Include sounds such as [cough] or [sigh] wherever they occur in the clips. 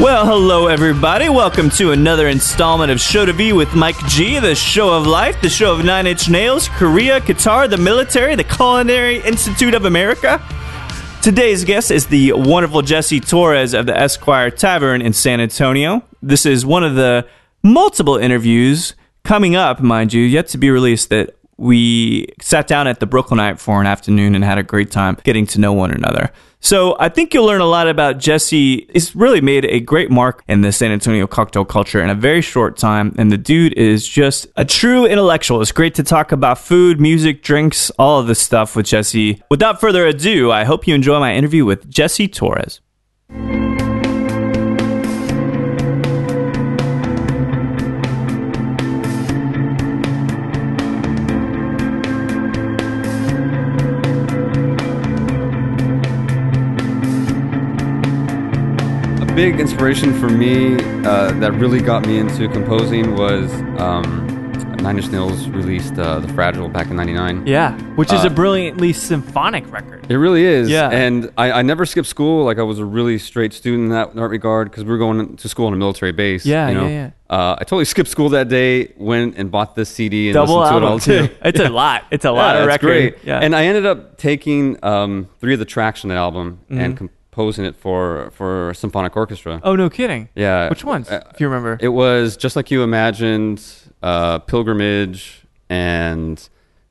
Well, hello, everybody. Welcome to another installment of Show to Be with Mike G, the show of life, the show of Nine Inch Nails, Korea, Qatar, the military, the Culinary Institute of America. Today's guest is the wonderful Jesse Torres of the Esquire Tavern in San Antonio. This is one of the multiple interviews coming up, mind you, yet to be released that we sat down at the Brooklynite for an afternoon and had a great time getting to know one another. So I think you'll learn a lot about Jesse. He's really made a great mark in the San Antonio cocktail culture in a very short time, and the dude is just a true intellectual. It's great to talk about food, music, drinks, all of this stuff with Jesse. Without further ado, I hope you enjoy my interview with Jesse Torres. big inspiration for me uh, that really got me into composing was um, Nine Inch Nails released uh, "The Fragile" back in '99. Yeah, which is Uh, a brilliantly symphonic record. It really is. Yeah. And I, I never skipped school. Like I was a really straight student in that, in that regard because we were going to school on a military base. Yeah, you know? yeah, yeah. Uh, I totally [laughs] skipped school that day, went and bought this CD and Double listened album to it all too. [laughs] day. It's a lot. It's a lot of that's record. Great. Yeah, And I ended up taking um, three of the tracks from that album and composing it for for a symphonic orchestra. oh no, kidding. Yeah. which ones? Uh, if you remember. It was just like you imagined, uh, pilgrimage, and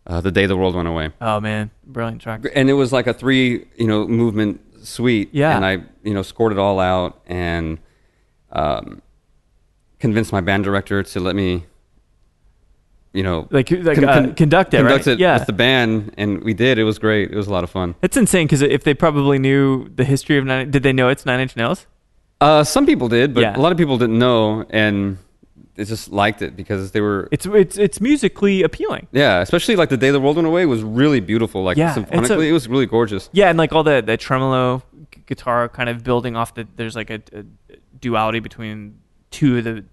uh, the day the world went away. oh man, brilliant track. And it was like a three, you know, movement suite. Yeah. And I, you know, scored it all out and um, convinced my band director to let me, you know, Like, like uh, conduct it. conduct right? it yeah, with the band, and we did. It was great. It was a lot of fun. it's insane because if they probably knew the history of nine, did they know it's Nine Inch Nails? Uh, some people did, but Yeah. a lot of people didn't know, and they just liked it because they were It's it's it's musically appealing. Yeah, especially like the day the world went away was really beautiful. Like Yeah, it's symphonically, a- it was really gorgeous. Yeah, and like all the the tremolo gu- guitar kind of building off the there's like a, a duality between two of the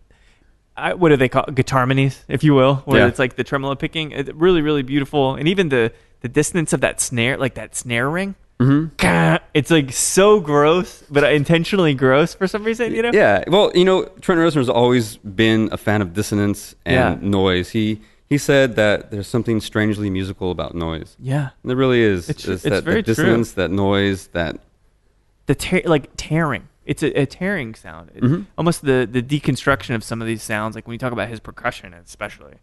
I, what do they call guitarmonies, if you will, where Yeah. it's like the tremolo picking, it, really really beautiful, and even the the dissonance of that snare, like that snare ring. Mm-hmm. It's like so gross, but intentionally gross for some reason, you know? Yeah, well, you know, Trent Reznor's always been a fan of dissonance and Yeah. noise. He he said that there's something strangely musical about noise. Yeah. And there really is. It's- it's that, very that dissonance, that noise, that the tear like tearing it's a, a tearing sound It- Mm-hmm. almost the the deconstruction of some of these sounds like when you talk about his percussion especially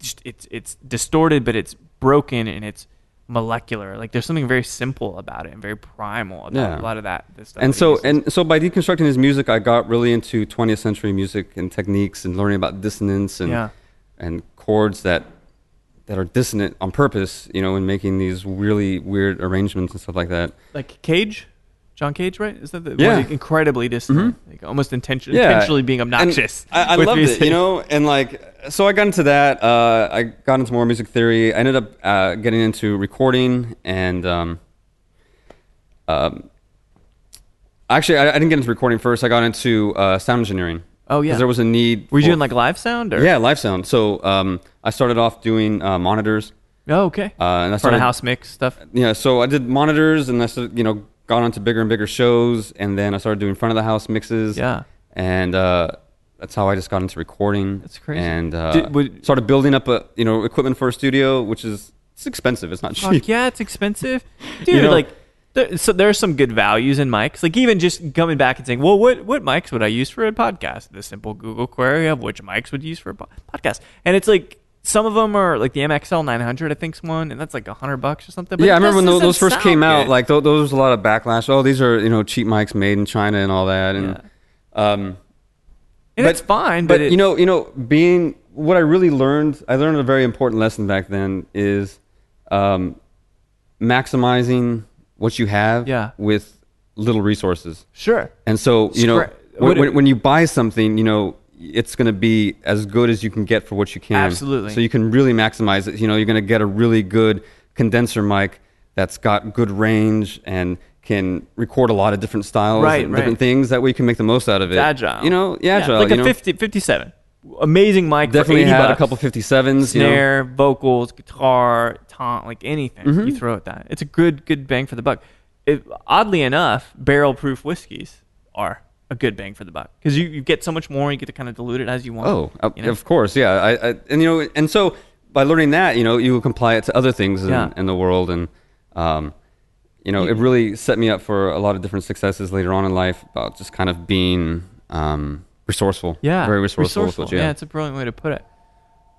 just, it's it's distorted but it's broken and it's molecular like there's something very simple about it and very primal about Yeah. a lot of that, this stuff and that he so uses. and so by deconstructing his music, I got really into 20th century music and techniques and learning about dissonance and Yeah. and chords that that are dissonant on purpose, you know, and making these really weird arrangements and stuff like that. like cage john cage right is that the Yeah. Mm-hmm. one incredibly distant like almost intention- Yeah. intentionally being And obnoxious I, I with loved music. it, you know, and like, so I got into that. Uh, I got into more music theory. I ended up uh, getting into recording and, um, um, actually, I, I didn't get into recording first. I got into uh, sound engineering. Oh, yeah. 'Cause there was a need. were you for- doing like live sound or yeah, live sound. So um, I started off doing uh, monitors. oh okay Uh, and I front started of house mix stuff yeah, so I did monitors and I started, you know, got onto bigger and bigger shows and then I started doing front of the house mixes. Yeah. And uh, that's how I just got into recording. That's crazy. And uh, Did- would- started building up a, you know, equipment for a studio, which is it's expensive. It's not [laughs] cheap. Fuck yeah, it's expensive, dude. know- like, there, so there are some good values in mics. Like even just coming back and saying, well, what what mics would I use for a podcast? The simple Google query of which mics would you use for a po- podcast, and it's like. Some of them are like the MXL 900, I think's one, and that's like a hundred bucks or something. but yeah, I it remember when just those, doesn't those first sound came out. good. Like those, those was a lot of backlash. Oh, these are you know cheap mics made in China and all that. And um, and it's fine, but, it, you know, you know, being what I really learned, I learned a very important lesson back then is um, maximizing what you have Yeah. with little resources. sure, And so, you know, Scra- when, What- when, when you buy something, you know it's going to be as good as you can get for what you can. Absolutely. So you can really maximize it. You know, you're going to get a really good condenser mic that's got good range and can record a lot of different styles Right, and right. different things. That way you can make the most out of it. It's agile. You know, yeah, agile. like you a know? 50, 57. Amazing mic. Definitely for 80 had a bucks. couple 57s. You know? snare, vocals, guitar, taunt, like anything Mm-hmm. you throw at that. It's a good good bang for the buck. It, oddly enough, barrel proof whiskeys are a good bang for the buck because you, you get so much more. You get to kind of dilute it as you want. Oh, uh, you know? of course, yeah. I, I and you know, and so by learning that, you know, you apply it to other things in, Yeah. in the world, and um, you know, it really set me up for a lot of different successes later on in life about just kind of being um, resourceful. yeah, very resourceful. with what you have. it's a brilliant way to put it.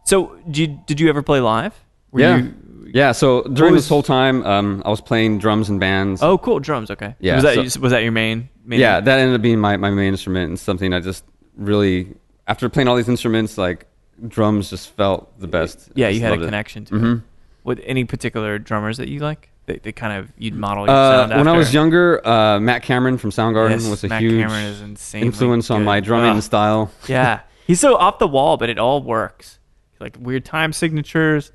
So, did you, did you ever play live? Were yeah, you- yeah. So during was- this whole time, um, I was playing drums and bands. oh, cool, drums. Okay. Yeah, Was that so- was that your main? main yeah, that ended up being my, my main instrument and something I just really after playing all these instruments, like drums just felt the best. I Yeah, you just had a loved it. Mm-hmm. connection to. It. With any particular drummers that you like, that, that kind of you'd model your Uh, sound when I was after? younger, uh, Matt Cameron from Soundgarden Yes, was a Matt huge Cameron is insanely influence on good. Ah, my drumming Ugh. style. [laughs] Yeah. He's so off the wall, but it all works. Like weird time signatures,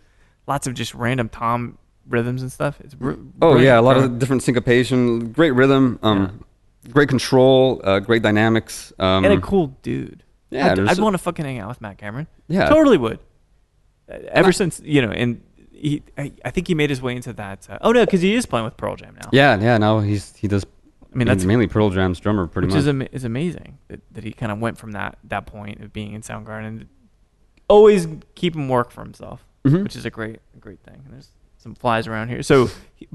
lots of just random tom rhythms and stuff. It's br- Oh brilliant. yeah, a lot of different syncopation, great rhythm, um, great control, uh, great dynamics. Um, and a cool dude. Yeah, I'd, there's I'd a- want to fucking hang out with Matt Cameron. Yeah. totally would. Uh, Ever since you know, and he, I, I think he made his way into that. Uh, oh no, because he is playing with Pearl Jam now. yeah, yeah. Now he's he does. I mean, mean, that's- that's mainly Pearl Jam's drummer, pretty which much. is am- is amazing that, that he kind of went from that that point of being in Soundgarden, always keeping work for himself, Mm-hmm. which is a great a great thing. And there's some flies around here, so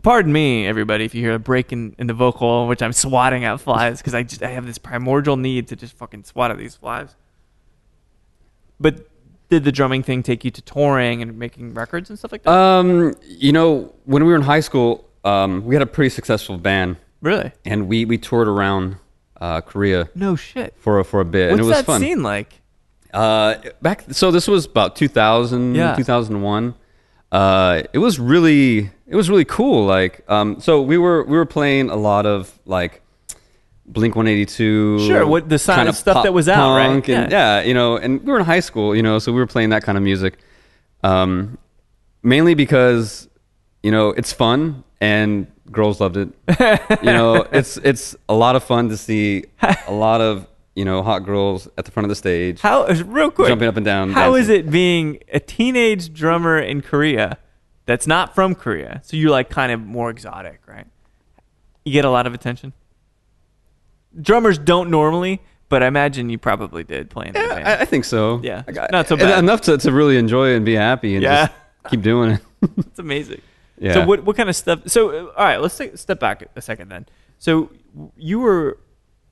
pardon me, everybody, if you hear a break in, in the vocal, which I'm swatting at flies because I just I have this primordial need to just fucking swat at these flies. But did the drumming thing take you to touring and making records and stuff like that? um, you know, when we were in high school, um, we had a pretty successful band, really? and we we toured around uh, Korea No shit. for a- for a bit, What's and it was that fun. scene like? Uh, back so this was about 2000 Yeah. 2001 uh, it was really it was really cool like um, so we were we were playing a lot of like blink 182 Sure, what- the sign- kind of stuff that was out, right? punk, and, yeah. you know and we were in high school you know so we were playing that kind of music um, mainly because you know it's fun and girls loved it you [laughs] know it's it's a lot of fun to see a lot of you know hot girls at the front of the stage How real quick? Jumping up and down, How is dancing. it being a teenage drummer in Korea that's not from Korea? So you're like kind of more exotic, right? You get a lot of attention. Drummers don't normally, but I imagine you probably did playing. in a band. I, I think so. Yeah, I got- not so en- bad. Enough to, to really enjoy and be happy and Yeah. just keep doing it. [laughs] It's amazing. Yeah. So what what kind of stuff? So uh, all right, let's take a step back a second then. So you were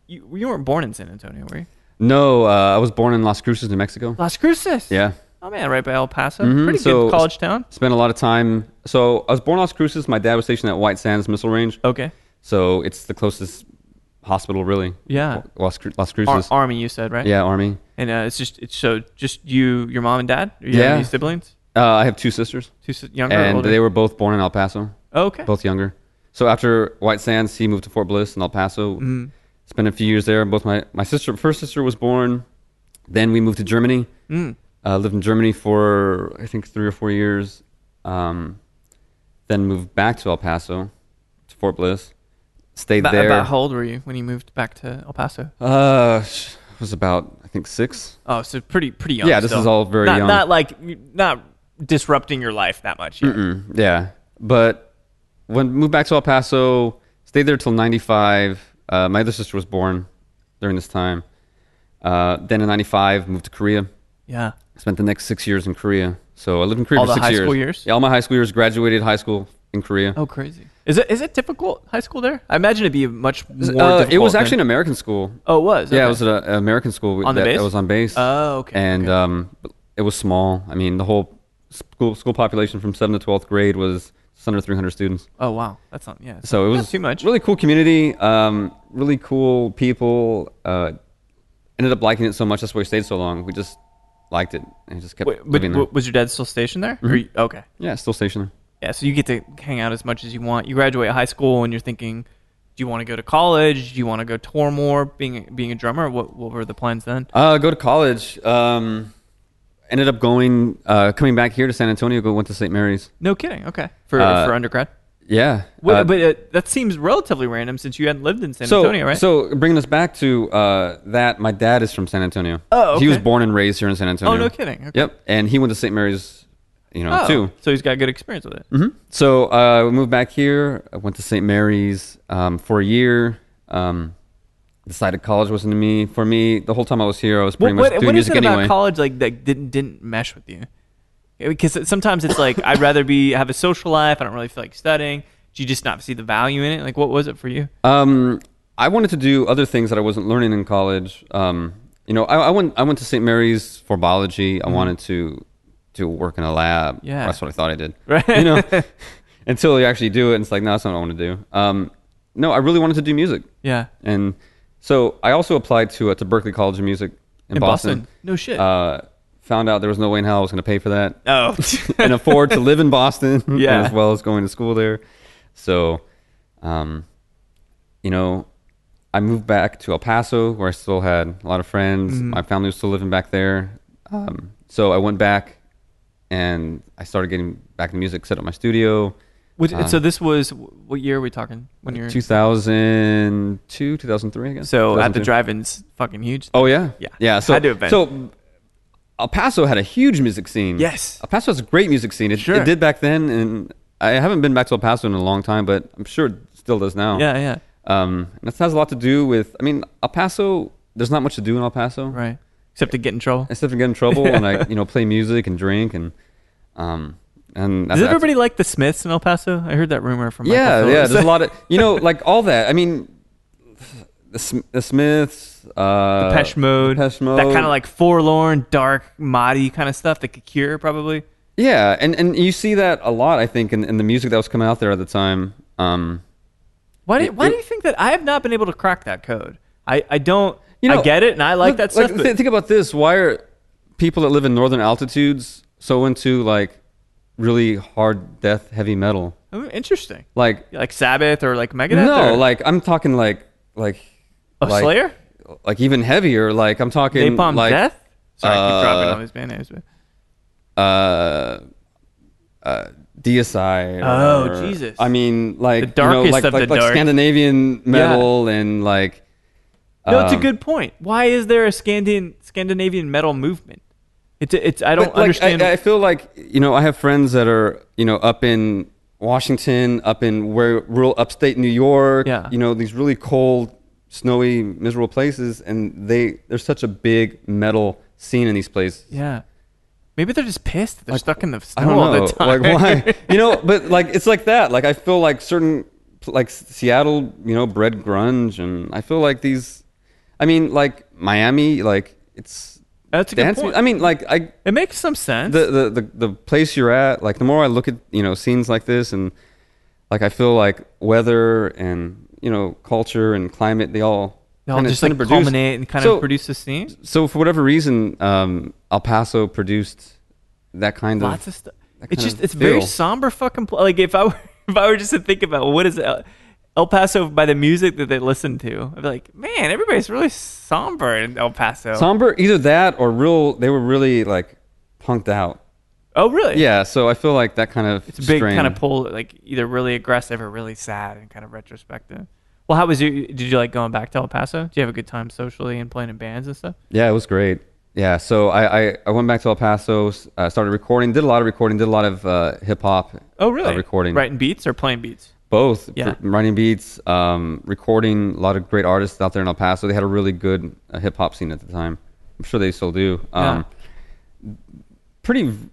you, you weren't born in San Antonio, were you? no, uh, I was born in Las Cruces, New Mexico. Las Cruces. Yeah. Oh man, right by El Paso. Mhm, Pretty so- good college town. Spent a lot of time. So I was born in Las Cruces. My dad was stationed at White Sands Missile Range. Okay. So it's the closest hospital, really. Yeah. Wa- Las, Cru- Las Ar- Cruces. Army, you said right? yeah, Army. And uh, it's just it's so just you, your mom and dad. Or You have Yeah. any siblings? Uh, I have two sisters, Two si- younger or and older? they were both born in El Paso. oh, okay. both younger. So after White Sands, he moved to Fort Bliss in El Paso. Mm-hmm. Spent a few years there. Both my my sister, first sister, was born. Then we moved to Germany. Mm. Uh, lived in Germany for I think three or four years. Um, then moved back to El Paso, to Fort Bliss. Stayed About, there. about how old were you when you moved back to El Paso? uh, sh- was about I think six. Oh, so pretty pretty young. Yeah, this still. is all very not, young. Not like not disrupting your life that much. Yet. Mm, yeah, but when moved back to El Paso, stayed there till '95. Uh, my other sister was born during this time. Uh, then in '95, moved to Korea. Yeah. Spent the next six years in Korea. So I lived in Korea All for the six high years. school years? Yeah, all my high school years. Graduated high school in Korea. Oh, crazy. Is it is it difficult high school there? I imagine it'd be much more. Uh, it difficult was than- actually an American school. oh, it was. Yeah, Okay. it was at a- an uh, American school On the that, base? that was on base. Oh, okay, And okay. um, it was small. I mean, the whole school school population from seventh to twelfth grade was just under 300 students. oh wow, that's not yeah. it's So it not was too much. Really cool community. Um, really cool people. Uh, ended up liking it so much. That's why we stayed so long. We just liked it and just kept Wait, but living there. Mm-hmm. w- was your dad still stationed there? Or you- okay. yeah, still stationed there. Yeah, so you get to hang out as much as you want. You graduate high school and you're thinking, Do you want to go to college? Do you want to go tour more? Being being a drummer, what what were the plans then? Uh, go to college. Um, ended up going, uh, coming back here to San Antonio. Go went to St. Mary's. No kidding. Okay, for Uh, for undergrad. Yeah, Wait, Uh, but uh, that seems relatively random since you hadn't lived in San so Antonio, right? so bringing us back to uh, that, my dad is from San Antonio. Oh, he was okay. born and raised here in San Antonio. Oh, no kidding. Okay. Yep, and he went to St. Mary's, you know, Oh, too. So he's got good experience with it. Mhm. So uh, we moved back here. I went to St. Mary's um, for a year. Um, decided college wasn't to me. For me, the whole time I was here, I was pretty What, what, much doing what is music it about anyway. college like that didn't didn't mesh with you? Yeah, Because sometimes it's like I'd rather be have a social life. I don't really feel like studying. Do you just not see the value in it? Like, what was it for you? Um, I wanted to do other things that I wasn't learning in college. Um, you know, I, I went I went to St. Mary's for biology. I wanted to to work in a lab. Mm-hmm. Yeah. that's what I thought I did. Right. [laughs] You know, until you actually do it, and it's like, no, that's not what I want to do. Um, no, I really wanted to do music, Yeah, and so I also applied to uh, to Berkeley College of Music in, In Boston? No shit. Uh, found out there was no way in hell I was going to pay for that [laughs] Oh, [laughs] and afford to live in Boston [laughs] Yeah. as well as going to school there. So, um, you know, I moved back to El Paso where I still had a lot of friends. Mm-hmm. My family was still living back there. Um, so I went back and I started getting back into music, set up my studio. Which, Uh, so this was what year are we talking? When you're 2002, 2003, I guess. so at the 2002. drive-ins, fucking huge. Oh yeah, Yeah. yeah. So Had to have been. So El Paso had a huge music scene. Yes. El Paso has a great music scene. It, Sure. it did back then, and I haven't been back to El Paso in a long time, but I'm sure it still does now. Yeah, yeah, Um, and this has a lot to do with. I mean, El Paso. There's not much to do in El Paso, right. Except to get in trouble. Except for get [laughs] in trouble and I, you know, play music and drink and, um, and Does that's, that's- everybody like the Smiths in El Paso? I heard that rumor from Michael yeah, yeah. Phillips. [laughs] There's a lot of you know, like all that. I mean, the, Sm- the Smiths, uh, Depeche Mode, Depeche Mode, that kind of like forlorn, dark, muddy kind of stuff. The Cure, probably. Yeah, and, and you see that a lot, I think, in, in the music that was coming out there at the time. Um, Why do, It- why do it- you think that? I have not been able to crack that code. I, I don't. you know, I get it, and I like look, that stuff. but- th- think about this: Why are people that live in northern altitudes so into like really hard death heavy metal? Oh, interesting. Like, Like Sabbath or like Megadeth. no, or, like I'm talking like like Oh, like, Slayer, like even heavier. Like I'm talking Napalm like Death. Sorry, I keep dropping uh, on these band names. But. uh, uh, DSI. Oh, or- Jesus. I mean, like The darkest you know, like, of like, the like dark. Scandinavian metal and like. No, it's a um, good point. Why is there a Scandin- Scandinavian metal movement? It's it's I don't But, like, understand. I, I feel like you know I have friends that are you know up in Washington, up in where rural upstate New York. Yeah. You know these really cold, snowy, miserable places, and they there's such a big metal scene in these places. yeah, maybe they're just pissed. that They're stuck in the snow I don't all know, the time. like [laughs] why you know, but like it's like that. Like I feel like certain like Seattle, you know, bred grunge, and I feel like these. I mean, like Miami, like it's. That's a good dance mu- point. I mean, like I it makes some sense. the, the, the, the place you're at, like the more I look at, you know, scenes like this and like I feel like weather and, you know, culture and climate, they all, they all kinda- just like kinda produce- culminate and kind so, of produce a scene. So for whatever reason, um, El Paso produced that kind of, Lots of stuff. that It's kind just of it's very feel. somber fucking. Pl- like if I were [laughs] if I were just to think about what is El, El Paso by the music that they listen to, I'd be like, man, everybody's really somber in El Paso. somber, either that or real, they were really like punked out. oh, really? Yeah. So I feel like that kind of, It's a big strain- kind of pull, like either really aggressive or really sad and kind of retrospective. Well, how was your? Did you like going back to El Paso? Did you have a good time socially and playing in bands and stuff? Yeah, it was great. Yeah, so I, I, I went back to El Paso, s- uh, started recording, did a lot of recording, did a lot of uh, hip hop. Oh, really? Uh, recording, writing beats or playing beats? both Yeah. pr- writing beats um, recording a lot of great artists out there in el paso they had a really good uh, hip-hop scene at the time i'm sure they still do um, pretty v-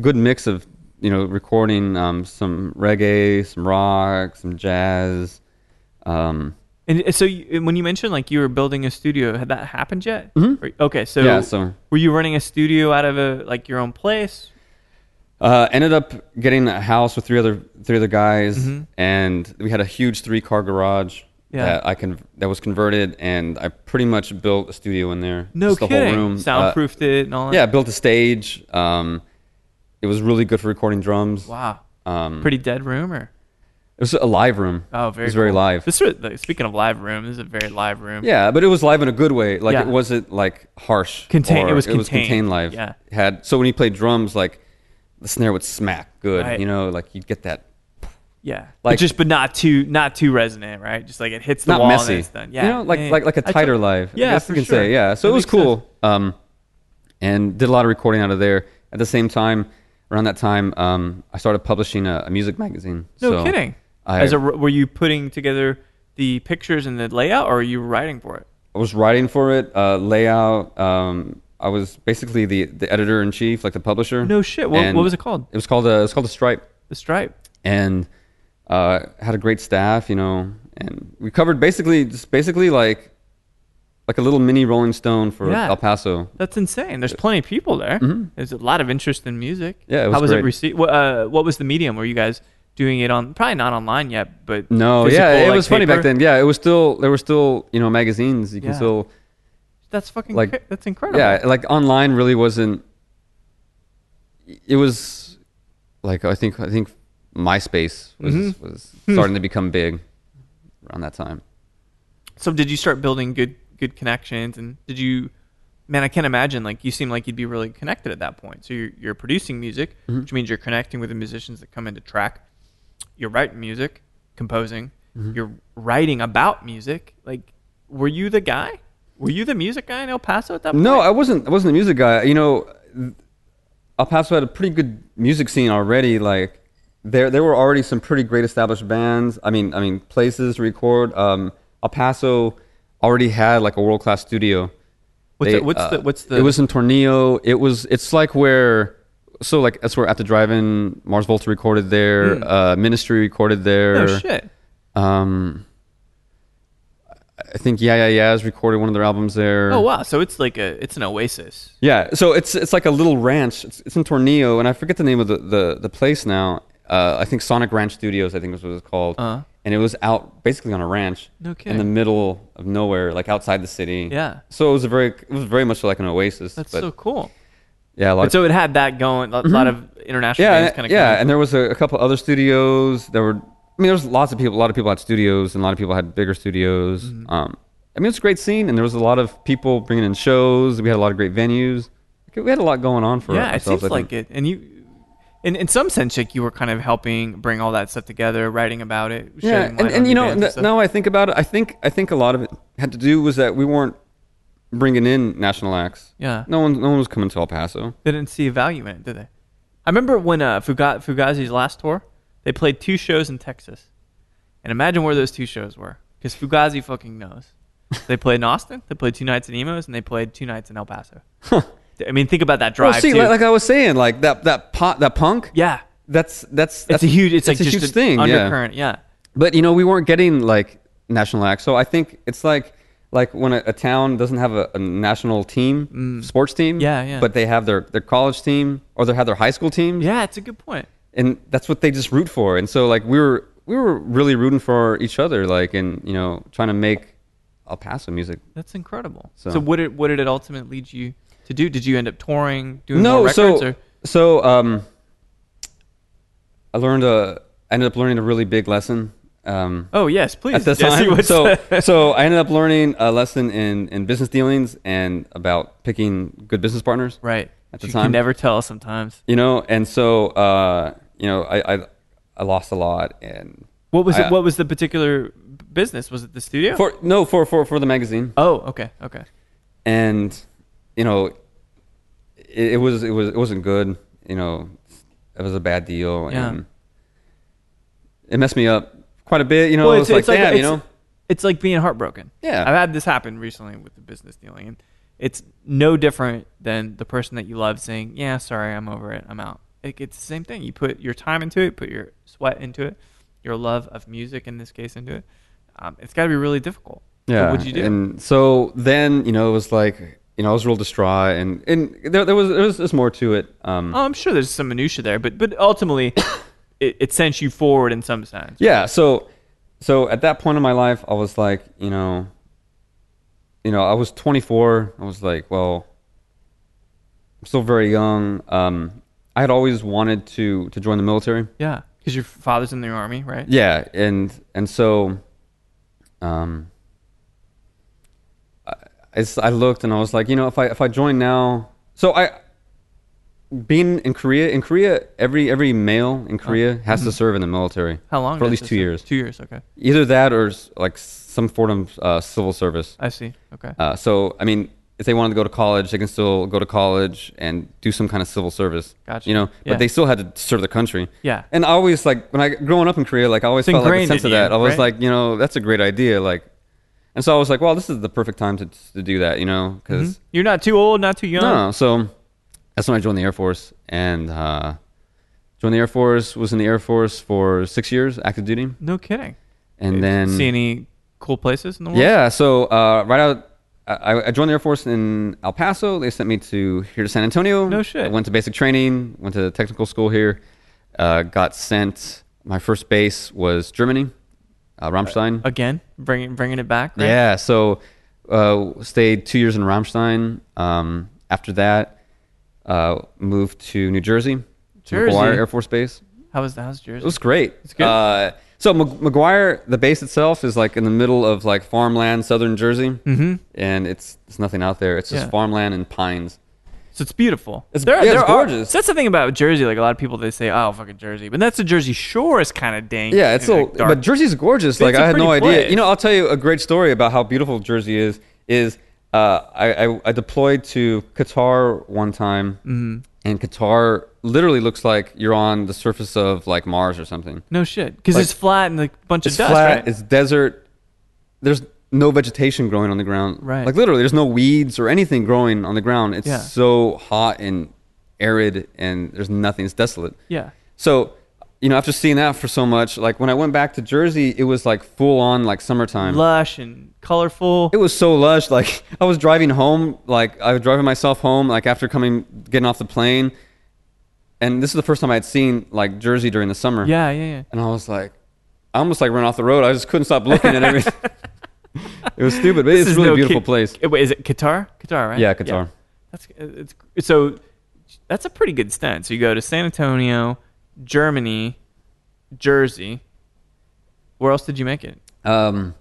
good mix of you know recording um, some reggae some rock some jazz um, And uh, so, you, when you mentioned like you were building a studio, had that happened yet? Or- Okay, so Mm-hmm. Yeah, so- were you running a studio out of a like your own place? uh, ended up getting a house with three other three other guys and we had a huge three car garage Mm-hmm. Yeah. that I can that was converted and I pretty much built a studio in there. No Just the kidding. whole room. Uh, Soundproofed it and all that. yeah, built a stage. Um, it was really good for recording drums. Wow. Um, Pretty dead room or It was a live room. Oh, very. It was very cool. live. This was, like, speaking of live room, this is a very live room. yeah, but it was live in a good way. Like Yeah. it wasn't like harsh. Contain- or- it was It was contained. contained live. Yeah. It Had so when he played drums, like the snare would smack good. Right. You know, like you get that. yeah. Like- Like just, but not too, not too resonant, right? Just like it hits the not wall messy. and it's done. Yeah, You know, like yeah, like like a I tighter took- live. I Yeah, guess you for can sure. say. Yeah. So That it was makes sense. cool. Um, and did a lot of recording out of there. At the same time, around that time, um, I started publishing a, a music magazine. No So kidding. I, As a, were you putting together the pictures and the layout, or are you writing for it? I was writing for it, uh, layout. Um, I was basically the, the editor in chief, like the publisher. No shit. What- And what was it called? It was called a, it was called a stripe, The stripe. and uh, had a great staff, you know. And we covered basically just basically like like a little mini Rolling Stone for Yeah. El Paso. That's insane. There's plenty of people there. There's a lot of interest in music. Mm-hmm. Yeah, it was how was it great. received? What, uh, what was the medium? Were you guys doing it on? Probably not online yet, but No, physical, yeah, it like, was funny back paper? then. Yeah, it was still there were still you know magazines. You can Yeah. still That's fucking Like- like that's incredible. Yeah, like online really wasn't. It was like I think I think MySpace was was starting to become big around that time. So did you start building good good connections and did you man, I can't imagine like you seem like you'd be really connected at that point. So you're you're producing music, Mm-hmm. which means you're connecting with the musicians that come into track. You're writing music, composing, Mm-hmm. you're writing about music. Like were you the guy? Were you the music guy in El Paso at that point? No, I wasn't. I wasn't a music guy. You know, El Paso had a pretty good music scene already. Like there, there were already some pretty great established bands. I mean, I mean places to record. Um, El Paso already had like a world class studio. uh, What's the- what's the- what's the- It was in Tornillo. It was. It's like where. So like that's where at the drive-in Mars Volta recorded there. Uh, Ministry recorded there. Hmm. No shit. Um, I think Yeah Yeah Yeah's recorded one of their albums there. Oh wow, so it's like a it's an oasis. Yeah, so it's it's like a little ranch. It's, it's in Tornillo, and I forget the name of the the, the place now. Uh, I think Sonic Ranch Studios, I think was what it was called. Uh-huh. And it was out basically on a ranch No in the kidding. middle of nowhere, like outside the city. Yeah. So it was a very it was very much like an oasis. That's but so cool. yeah, a lot But so it had that going. A lot of international yeah, kind of yeah. And there was a, a couple other studios. There were, I mean, there was lots of people. A lot of people had studios, and a lot of people had bigger studios. Mm-hmm. Um, I mean, it's a great scene, and there was a lot of people bringing in shows. We had a lot of great venues. Like, We had a lot going on for yeah, it ourselves. seems like it. And you, in in some sense, like you were kind of helping bring all that stuff together, writing about it. Yeah, shedding and, light on and the you know, bands and th- stuff. now I think about it, I think I think a lot of it had to do was that we weren't bringing in national acts. Yeah. no one, no one was coming to El Paso. they didn't see value in it, did they? I remember when uh, Fuga- Fugazi's last tour, they played two shows in Texas, and imagine where those two shows were, because Fugazi fucking [laughs] knows. they played in Austin, they played two nights in Emos, and they played two nights in El Paso. I mean, think about that Well, drive. see, too. like, like I was saying, like that that pot that punk. yeah, That's that's it's that's a huge. It's that's like just a huge an thing. Yeah. Undercurrent, yeah. but you know we weren't getting like national acts so i think it's like like when a, a town doesn't have a, a national team sports team Mm. Yeah, yeah. but they have their their college team or they have their high school team Yeah, it's a good point. and that's what they just root for and so like we were we were really rooting for each other like and you know trying to make el paso music That's incredible. So- So, what did what did it ultimately lead you to do? Did you end up touring, doing no more records? so or? so um i learned a I ended up learning a really big lesson um Oh yes, please. at the Jesse, time. what's So, the- [laughs] [laughs] so I ended up learning a lesson in, in business dealings and about picking good business partners. right. At the you time. can never tell sometimes. You know, and so uh, you know, I, I I lost a lot and What was I- it, what was the particular b- business? Was it the studio? for no for for for the magazine oh, okay, okay. and you know it, it was it was it wasn't good. You know, it was a bad deal Yeah. and it messed me up quite a bit. You know, it was like, damn, you know. it's like being heartbroken. Yeah. I've had this happen recently with the business dealing, and it's no different than the person that you love saying, "Yeah, sorry, I'm over it, I'm out." Like it's the same thing. You put your time into it, put your sweat into it, your love of music in this case into it. Um, it's got to be really difficult. So Yeah. what'd you do? And so then, you know, it was like, you know, I was real distraught, and and there, there was there was just more to it. Um, oh, I'm sure there's some minutia there, but but ultimately, [coughs] it, it sends you forward in some sense. yeah. So, so at that point in my life, I was like, you know, you know, I was 24. I was like, well, I'm still very young. Um, I had always wanted to to join the military. Yeah. Because your father's in the army, right? Yeah, and and so, um, I, it's- I looked and I was like, you know, if I if I join now, so I being in Korea in Korea every every male in Korea has to serve in the military. Hmm. How long? For at does least this two take? years. Two years. Okay. Either that or s- like some form of uh, civil service. I see. Okay. Uh, so I mean, if they wanted to go to college, they can still go to college and do some kind of civil service. Gotcha. You know, Yeah. but they still had to serve the country. Yeah. And I always like when I growing up in Korea, like I always It's felt like a ingrained sense in of that. you, I was right? like, you know, that's a great idea. Like, and so I was like, well, this is the perfect time to to do that. You know, Mm-hmm. because You're not too old, not too young. no. So that's when I joined the Air Force and uh, joined the Air Force. Was in the Air Force for six years, active duty, No kidding. and then see any cool places in the world? yeah, so uh, right out, I, I joined the Air Force in El Paso. They sent me to here to San Antonio. No shit. I went to basic training. Went to technical school here. Uh, got sent. My first base was Germany, uh, Ramstein. Again, bringing bringing it back. Right? Yeah, so uh, stayed two years in Ramstein. Um, after that, uh, moved to New Jersey, to Jersey? McGuire Air Force Base. How was the how's Jersey? It was great. It's good. Uh, so Mag- McGuire, the base itself is like in the middle of like farmland, southern Jersey, mm-hmm. and it's it's nothing out there. It's just Yeah. farmland and pines. So it's beautiful. It's- yeah, it's gorgeous. Are, so that's the thing about Jersey. Like a lot of people, they say, "Oh, fucking Jersey," but that's the Jersey Shore is kind of dank. Yeah, it's and, so. like, dark. But Jersey's gorgeous. like a I had no pretty idea. place. You know, I'll tell you a great story about how beautiful Jersey is. Is uh, I, I I deployed to Qatar one time, Mm-hmm. and Qatar literally looks like you're on the surface of like Mars or something. no shit, because like, it's flat and a bunch It's of dust. flat. right? It's desert. There's no vegetation growing on the ground. Right. Like literally, there's no weeds or anything growing on the ground. It's Yeah. so hot and arid, and there's nothing. It's desolate. yeah, So, you know, after seeing that for so much, like when I went back to Jersey, it was like full on like summertime. lush and colorful. it was so lush. Like [laughs] I was driving home, like I was driving myself home, like after coming getting off the plane, and this is the first time I had seen like Jersey during the summer. yeah, yeah, yeah. And I was like, I almost like ran off the road. I just couldn't stop looking at everything. [laughs] it was stupid, but This it's is a really no beautiful kid- place. Wait, is it Qatar? Qatar, right? Yeah, Qatar. That's uh, it's so. That's a pretty good stint. So you go to San Antonio, Germany, Jersey. Where else did you make it? Um,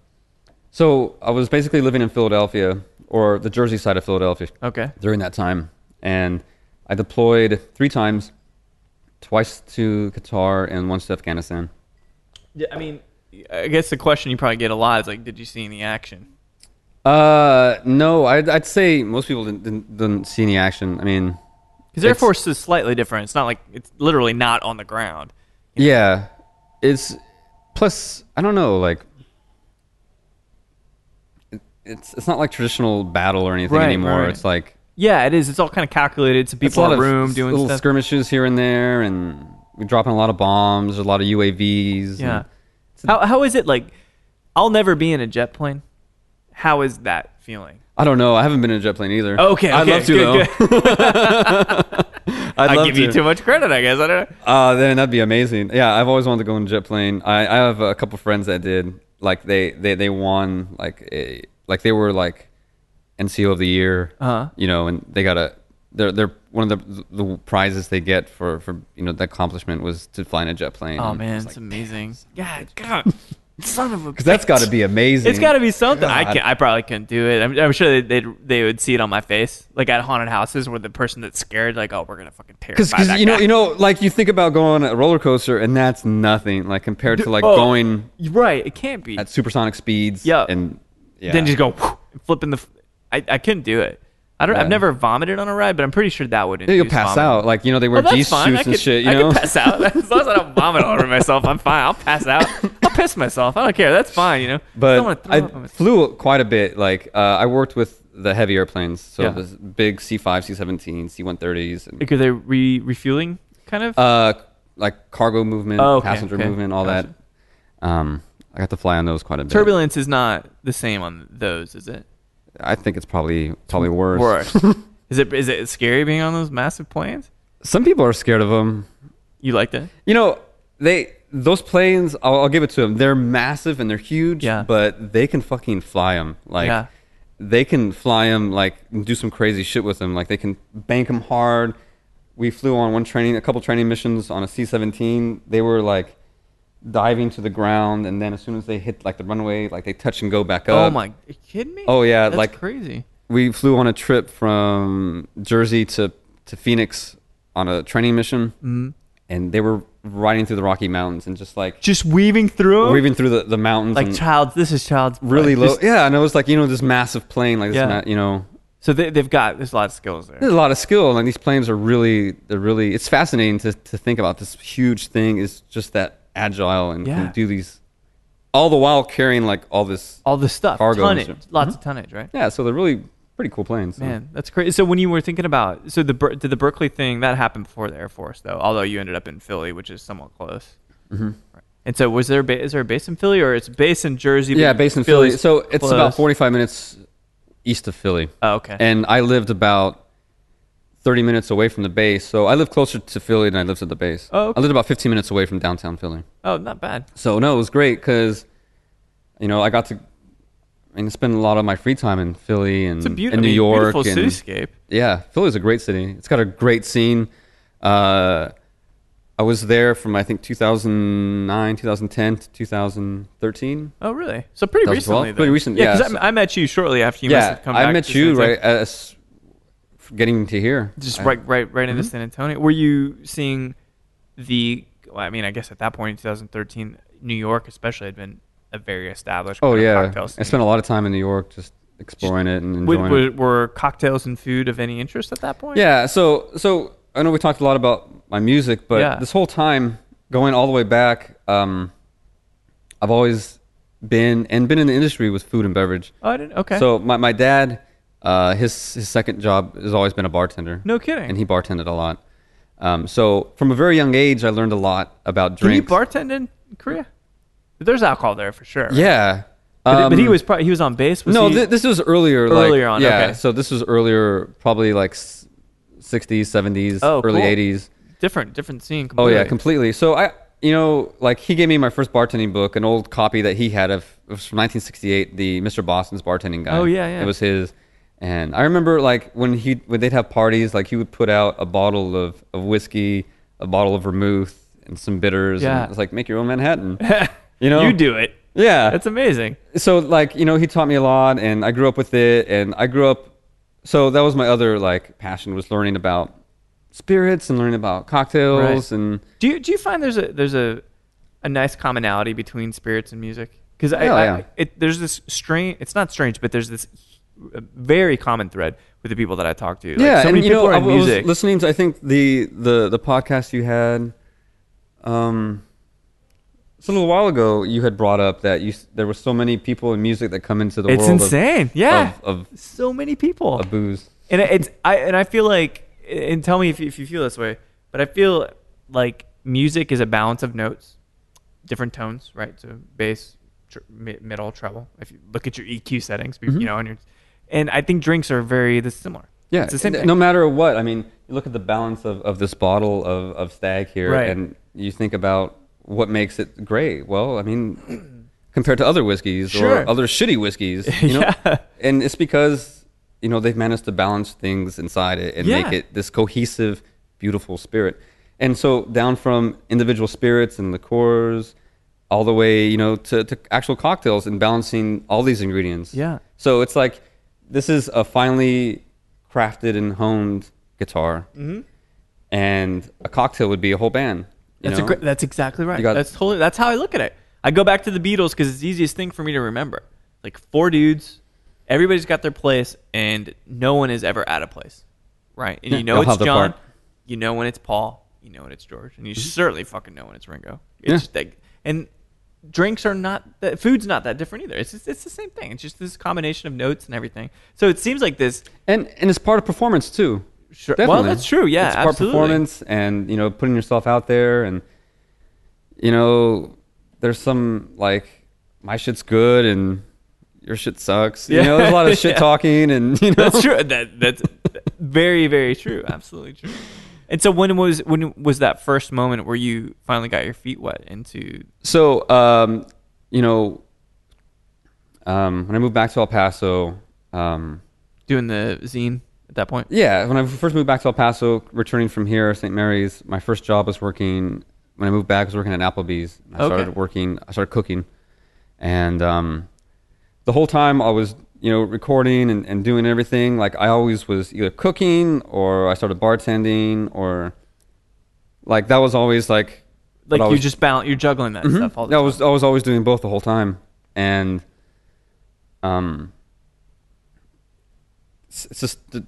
so I was basically living in Philadelphia or the Jersey side of Philadelphia Okay. during that time, and I deployed three times, twice to Qatar and once to Afghanistan. Yeah, I mean, I guess the question you probably get a lot is like, did you see any action? Uh, no, I'd, I'd say most people didn't, didn't, didn't see any action. I mean, Because Air It's- Force is slightly different. It's not like it's literally not on the ground. Yeah. It's plus I don't know like it- it's it's not like traditional battle or anything Right, anymore. right. It's like Yeah, it is. It's all kind of calculated. Some it's people in a of room s- doing little stuff. skirmishes here and there and we're dropping a lot of bombs, a lot of UAVs. yeah. and- How how is it like? I'll never be in a jet plane. How is that feeling? I don't know. I haven't been in a jet plane either. Okay, I'd okay, love to good, though. [laughs] I'd I love give you too much credit, I guess. I don't know. Uh, then that'd be amazing. Yeah, I've always wanted to go in a jet plane. I, I have a couple friends that did. Like they they they won like a, like they were like NCO of the year. Uh-huh. You know, and they got a they're they're one of the the prizes they get for for you know the accomplishment was to fly in a jet plane. Oh man, it's, amazing. Yeah, God, [laughs] son of a. because that's got to be amazing. It's got to be something. I God. can I probably couldn't do it. I'm, I'm sure they would they would see it on my face, like at haunted houses, where the person that's scared, like, oh, we're gonna fucking terrify Because that you know guy. you know like you think about going on a roller coaster and that's nothing like compared to like Oh. going right? It can't be. at supersonic speeds. Yeah. and yeah. Then just go whew, flipping the. f- I, I couldn't do it. I don't. I've Yeah. never vomited on a ride, but I'm pretty sure that would. Yeah, you'll induce pass vomiting. out. Like you know, they Oh, wear that's G fine. I suits and could- shit. You I know, could pass out [laughs] as long as I don't vomit all over myself. I'm fine. I'll pass out. I'll piss myself. I don't care. That's fine. You know. I don't wanna but throw I, up on myself. flew quite a bit. Like uh, I worked with the heavy airplanes, so Yeah. the big C five, C seventeen, C one thirties, and Like, are they re- refueling? Kind of. uh, like cargo movement, Oh, okay, passenger okay. movement, all Gotcha. that. Um, I got to fly on those quite a bit. Turbulence is not the same on those, is it? I think it's probably probably worse. Worse. is it is it scary being on those massive planes? [laughs] Some people are scared of them. You liked it? You know, they those planes. I'll, I'll give it to them. They're massive and they're huge. Yeah. But they can fucking fly them. Like Yeah. they can fly them. Like and do some crazy shit with them. Like they can bank them hard. we flew on one training, a couple training missions on a C-17. They were like diving to the ground, and then as soon as they hit like the runway, like they touch and go back oh up. my, are you kidding me? Oh, yeah, That's like- crazy. We flew on a trip from Jersey to to Phoenix on a training mission, Mm-hmm. and they were riding through the Rocky Mountains and just like Just weaving through 'em? or even through the, the mountains, like and child's. This is child's play. really low. Just- yeah, and it was like you know this massive plane, like this, Yeah. ma- you know, so they, they've got there's a lot of skills there. There's a lot of skill, and these planes are really, they're really. It's fascinating to, to think about. This huge thing is just that agile and, Yeah. and do these, all the while carrying like all this. All this stuff, Cargo and tonnage, stuff. lots of tonnage, right? Yeah, so they're really pretty cool planes. so. Man, that's crazy. So when you were thinking about so the Ber- did the Berkeley thing that happened before the Air Force though, although you ended up in Philly, which is somewhat close. Mm-hmm. And so was there a ba- is there a base in Philly or it's based in Jersey? but yeah, based in Philly. Philly's So it's about close? 45 minutes east of Philly. Oh, okay. And I lived about 30 minutes away from the base, so I lived closer to Philly than I lived at the base. Oh, okay. I lived about 15 minutes away from downtown Philly. oh, not bad. So no, it was great because, you know, I got to, I mean, spend a lot of my free time Mm. in Philly and, It's a beautiful, and New York. beautiful and, cityscape. Yeah, Philly's a great city. It's got a great scene. Uh, I was there from I think 2009, 2010 to 2013. Oh, really? So pretty 2012? recently. Then. Pretty recent, yeah, 'cause so- I, I met you shortly after you. must yeah, have come I back met to you San Antonio. right uh, as getting to here. Just I- right, right, right mm-hmm. into San Antonio. Were you seeing the? Well, I mean, I guess at that point in 2013, New York especially had been a very established. Oh kind of yeah, cocktail I scene. spent a lot of time in New York just exploring it and Would- enjoying it. were, were cocktails and food of any interest at that point? Yeah, so so I know we talked a lot about my music, but Yeah. this whole time going all the way back, um, I've always been and been in the industry with food and beverage. Oh, I didn't. Okay. So my, my dad, uh, his his second job has always been a bartender. No kidding. And he bartended a lot. Um, so from a very young age, I learned a lot about did he drinks. bartend in Korea? There's alcohol there for sure. right? Yeah. But, but he Um, was probably, he was on base. Was no, he, thi- this was earlier. like- Earlier on, yeah. okay. So this was earlier, probably like s- 60s, 70s, Oh, early cool. 80s. different different scene. Oh Completely. yeah, completely. So I, you know, like he gave me my first bartending book, an old copy that he had of it was from 1968, the Mr. Boston's bartending guy. Oh, yeah, yeah. It was his, and I remember like when he when they'd have parties, like he would put out a bottle of of whiskey, a bottle of vermouth, and some bitters. Yeah. and it's like make your own Manhattan. [laughs] [laughs] you know, uh, you do it. Yeah, That's amazing. so like you know he taught me a lot and i grew up with it and i grew up so that was my other like passion was learning about spirits and learning about cocktails Right. and Do you do you find there's a there's a a nice commonality between spirits and music? Because I, Hell, I- Oh, yeah. it, there's this strange. It's not strange, but there's this very common thread with the people that I talk to. Like, yeah so and many you people know are i in was music. listening to i think the the the podcast you had um it's a little while ago you had brought up that you s- there were so many people in music that come into the It's world of- insane. Yeah. of, of, so many people. of booze and it- it's I and I feel like and tell me if you, if you feel this way, but I feel like music is a balance of notes, different tones, right? So bass, tr- mi- middle, treble. If you look at your EQ settings, Mm-hmm. you- you know, and your and I think drinks are very this similar. Yeah, it's the same and thing. no matter what. I mean, you look at the balance of, of this bottle of, of stag here, Right. and you think about what makes it great. Well, I mean, compared to other whiskeys Sure. or other shitty whiskeys, you know, [laughs] Yeah. and it's because you know they've managed to balance things inside it and Yeah. make it this cohesive, beautiful spirit. And so down from individual spirits and liqueurs, all the way you know to, to actual cocktails and balancing all these ingredients. Yeah. So it's like this is a finely crafted and honed guitar, Mm-hmm. and a cocktail would be a whole band. you That's a know? great, that's exactly right. You got- that's totally that's how I look at it. I go back to the Beatles because it's the easiest thing for me to remember. Like four dudes, everybody's got their place, and no one is ever out of place, right? And Yeah, you know they'll it's have their John, part. Mm-hmm. you know when it's Paul, you know when it's George, and you certainly fucking know when it's Ringo. It's Yeah. just like, and drinks are not that food's not that different either. It's just, it's the same thing. It's just this combination of notes and everything. So it seems like this. and and it's part of performance too. Sure. Well, that's true. Yeah, it's part of absolutely. performance, and you know, putting yourself out there, and you know, there's some like my shit's good and your shit sucks. Yeah. You know, there's a lot of [laughs] Yeah. shit talking, and [laughs] you know, That's true. That that's very very true. Absolutely true. And so when was when was that first moment where you finally got your feet wet into so um, you know, um, when I moved back to El Paso, um, doing the zine? at that point? Yeah, when I first moved back to El Paso, returning from here, St. Mary's, my first job was working. When I moved back, I was working at Applebee's. I Okay. started working. I started cooking, and um, the whole time I was, you know, recording and, and doing everything. Like I always was either cooking or I started bartending or, like that was always like, what Like I you was- just balance, you're juggling that stuff all the Hmm? I time. was I was always doing both the whole time, and um, it's, it's just the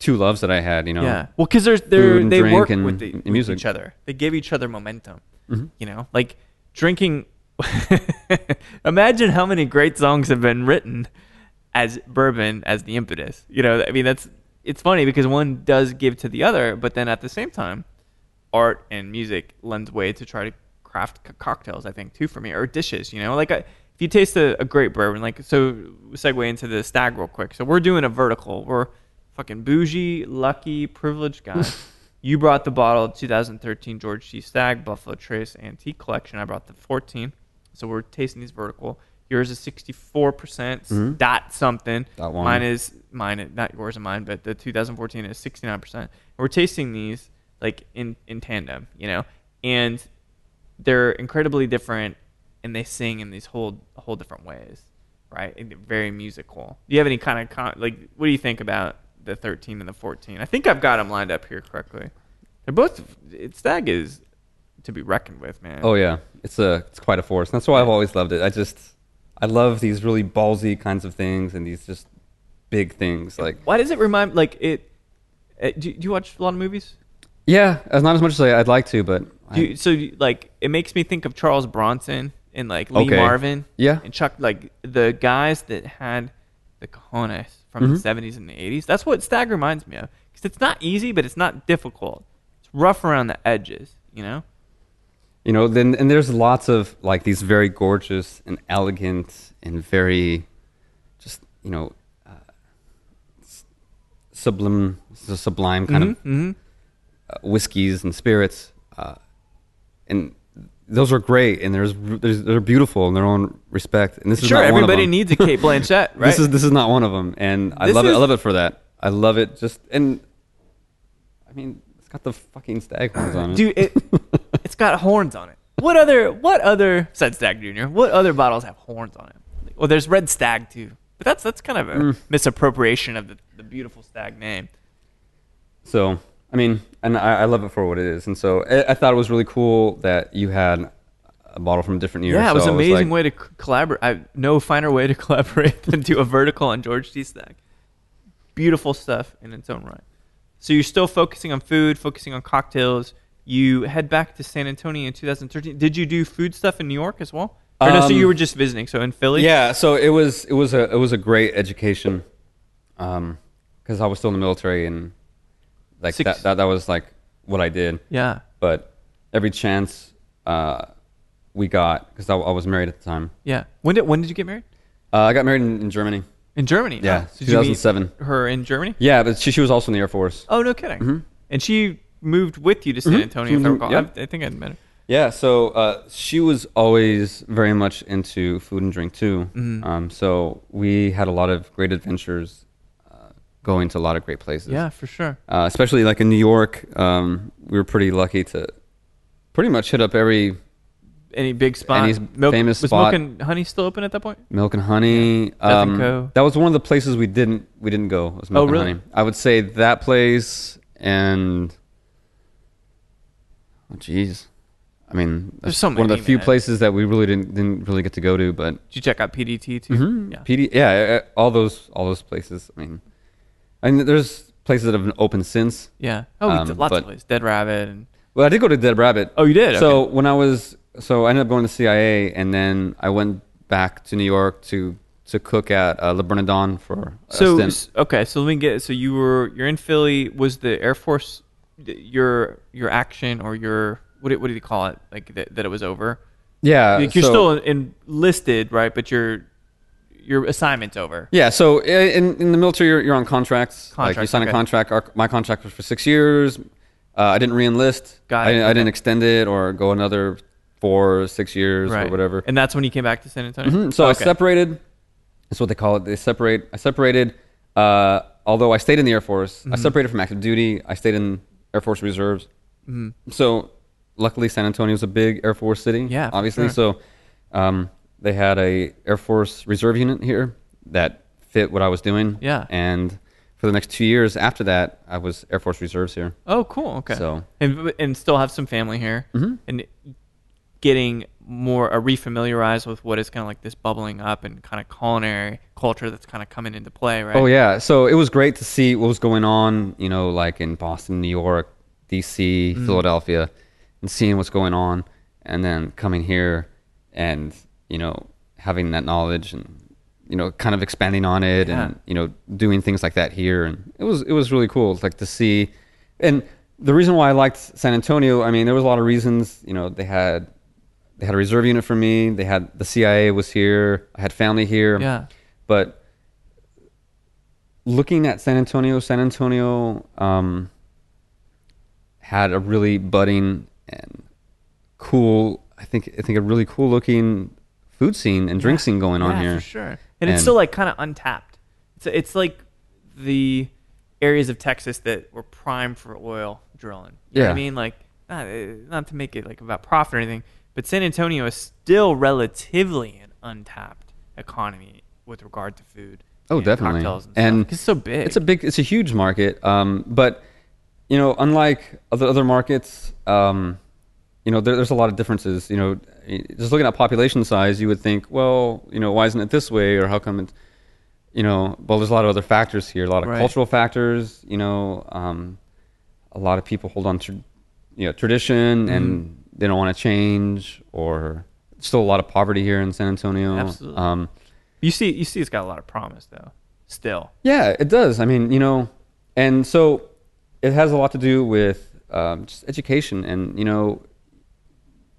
two loves that I had, you know. Yeah. Well, because they're, they're, Food and they drink work and- with, the, and with music. Mm-hmm. each other. They give each other momentum. You know, like drinking. [laughs] Imagine how many great songs have been written as bourbon as the impetus. You know, I mean, that's it's funny because one does give to the other, but then at the same time, art and music lends way to try to craft co- cocktails. I think too for me or dishes. You know, like I, if you taste a, a great bourbon, like so, segue into the stag real quick. So we're doing a vertical. We're fucking bougie, lucky, privileged [laughs] guys. you brought the bottle of 2013 George T. Stag Buffalo Trace Antique Collection. I brought the 14. So we're tasting these vertical. Yours is 64% percent dot something. Mm-hmm. Dot one. Mine is mine, is- not yours and mine, but the 2014 is 69%. We're tasting these like in in tandem, you know, and they're incredibly different, and they sing in these whole whole different ways, right? And they're very musical. Do you have any kind of con- like? What do you think about the 13 and the 14? I think I've got them lined up here correctly. They're both. It's Stag is to be reckoned with, man. Oh yeah, it's a it's quite a force. That's why I've always loved it. I just I love these really ballsy kinds of things and these just big things. Like Why does it remind like it? Uh, do, do you watch a lot of movies? yeah, as not as much as I, I'd like to, but I- Do you, so you- like it makes me think of Charles Bronson and like Lee Okay. Marvin, Yeah. and Chuck, like the guys that had the cojones from Mm-hmm. the seventies and the eighties. That's what Stag reminds me of because it's not easy, but it's not difficult. It's rough around the edges, you know. you know then and there's lots of like these very gorgeous and elegant and very just you know uh, s- sublime sublime kind of Mm-hmm. uh, whiskeys and spirits, uh, and those are great, and there's, there's they're beautiful in their own respect. And this is Sure, not one of everybody them. needs a [laughs] Kate Blanchett, right? This is this is not one of them, and I This love it. I is- love it for that. I love it. Just and I mean, it's got the fucking stag horns on it. dude. [laughs] It, it's got horns on it. What other? What other? Said Stag Junior. What other bottles have horns on it? Well, there's Red Stag too, but that's that's kind of a Mm. misappropriation of the, the beautiful stag name. So I mean, and I, I love it for what it is. And so I, I thought it was really cool that you had a bottle from a different year. Yeah, it was so an I amazing like- way to collaborate. I, no finer way to [laughs] collaborate than do a vertical on George T. Stag. Beautiful stuff in its own right. So you're still focusing on food, focusing on cocktails. You head back to San Antonio in 2013. Did you do food stuff in New York as well? Or no, so Um, you were just visiting. So in Philly. Yeah, so it was it was a it was a great education, um, because I was still in the military and like Six- that, that that was like what I did. Yeah. But every chance uh, we got, because I, I was married at the time. Yeah. When did when did you get married? Uh, I got married in, in Germany. In Germany. Yeah, huh? So did you meet 2007. Her in Germany. Yeah, but she she was also in the Air Force. Oh no, kidding. Mm-hmm. And she moved with you to San Antonio. If I Mhm, recall, yep. I, I think I met her. Yeah, so uh, she was always very much into food and drink too. Mm-hmm. Um, so we had a lot of great adventures, uh, going to a lot of great places. Yeah, for sure. uh, especially like in New York. Um, we were pretty lucky to pretty much hit up every any big spot. Any s- famous was Milk spot. and Honey still open at that point? Milk and Honey. Death and Um, Co. That was one of the places we didn't we didn't go. Was Milk Oh, and really? Honey. I would say that place and oh jeez, I mean that's so one of many, the few man. places that we really didn't didn't really get to go to, but. Did you check out PDT too? Yeah. PD, yeah, uh, all those, all those places. I mean, I mean, there's places that have been open since. Yeah. Oh, we Um, did lots but- of places. Dead Rabbit and Well, I did go to Dead Rabbit. Oh, you did? So when I was, so I ended up going to CIA, and then I went back to New York to to cook at uh, Le Bernardin for a so stint. s- okay. So let me get. So you were you're in Philly. Was the Air Force th- your your action or your what do, what do you call it? Like that, that it was over. Yeah, Like you're so- still en- enlisted, right? But your your assignment's over. Yeah, so i- in, in the military, you're, you're on contracts. like you Contracts, sign okay. a contract. Our, my contract was for six years. Uh, I didn't re-enlist. Got I, it, didn't- I okay. didn't extend it or go another four, or six years Right. or whatever. And that's when you came back to San Antonio. Mhm. So I Okay. separated. That's what they call it. They separate. I separated. Uh, although I stayed in the Air Force, Mm-hmm. I separated from active duty. I stayed in Air Force Reserves. So, luckily, San Antonio is a big Air Force city. Mm-hmm. Yeah, for obviously. sure. So, um, they had a Air Force Reserve unit here that fit what I was doing. Yeah. And for the next two years after that, I was Air Force Reserves here. Oh, cool. Okay. So- Mm-hmm. and and still have some family here, and getting more uh, refamiliarized with what is kind of like this bubbling up and kind of culinary culture that's kind of coming into play, right? Oh yeah, so it was great to see what was going on, you know, like in Boston, New York, D.C., Mm-hmm. Philadelphia, and seeing what's going on, and then coming here and you know having that knowledge and you know kind of expanding on it Yeah. and you know doing things like that here, and it was it was really cool, like to see, and the reason why I liked San Antonio, I mean, there was a lot of reasons, you know, they had. They had a reserve unit for me. They had the CIA was here. I had family here. Yeah. But looking at San Antonio, San Antonio um, had a really budding and cool, I think, I think a really cool looking food scene and drink scene going on yeah, here. for sure. And, it's And- still like kind of untapped. It's it's like the areas of Texas that were primed for oil drilling. You know what I Yeah. mean, like not uh, not to make it like about profit or anything, but San Antonio is still relatively an untapped economy with regard to food. Oh, and definitely. Cocktails and, And stuff. It's so big. It's a big, it's a huge market. Um, but you know, unlike other other markets, um, you know, there, there's a lot of differences. You know, just looking at population size, you would think, well, you know, why isn't it this way, or how come it's, you know, well, there's a lot of other factors here, a lot of Right. cultural factors. You know, um, a lot of people hold on to, you know, tradition Mm-hmm. and they don't want to change, or still a lot of poverty here in San Antonio. Absolutely. Um, you see you see it's got a lot of promise though. Still. yeah, it does. I mean, you know, and so it has a lot to do with um, just education and, you know,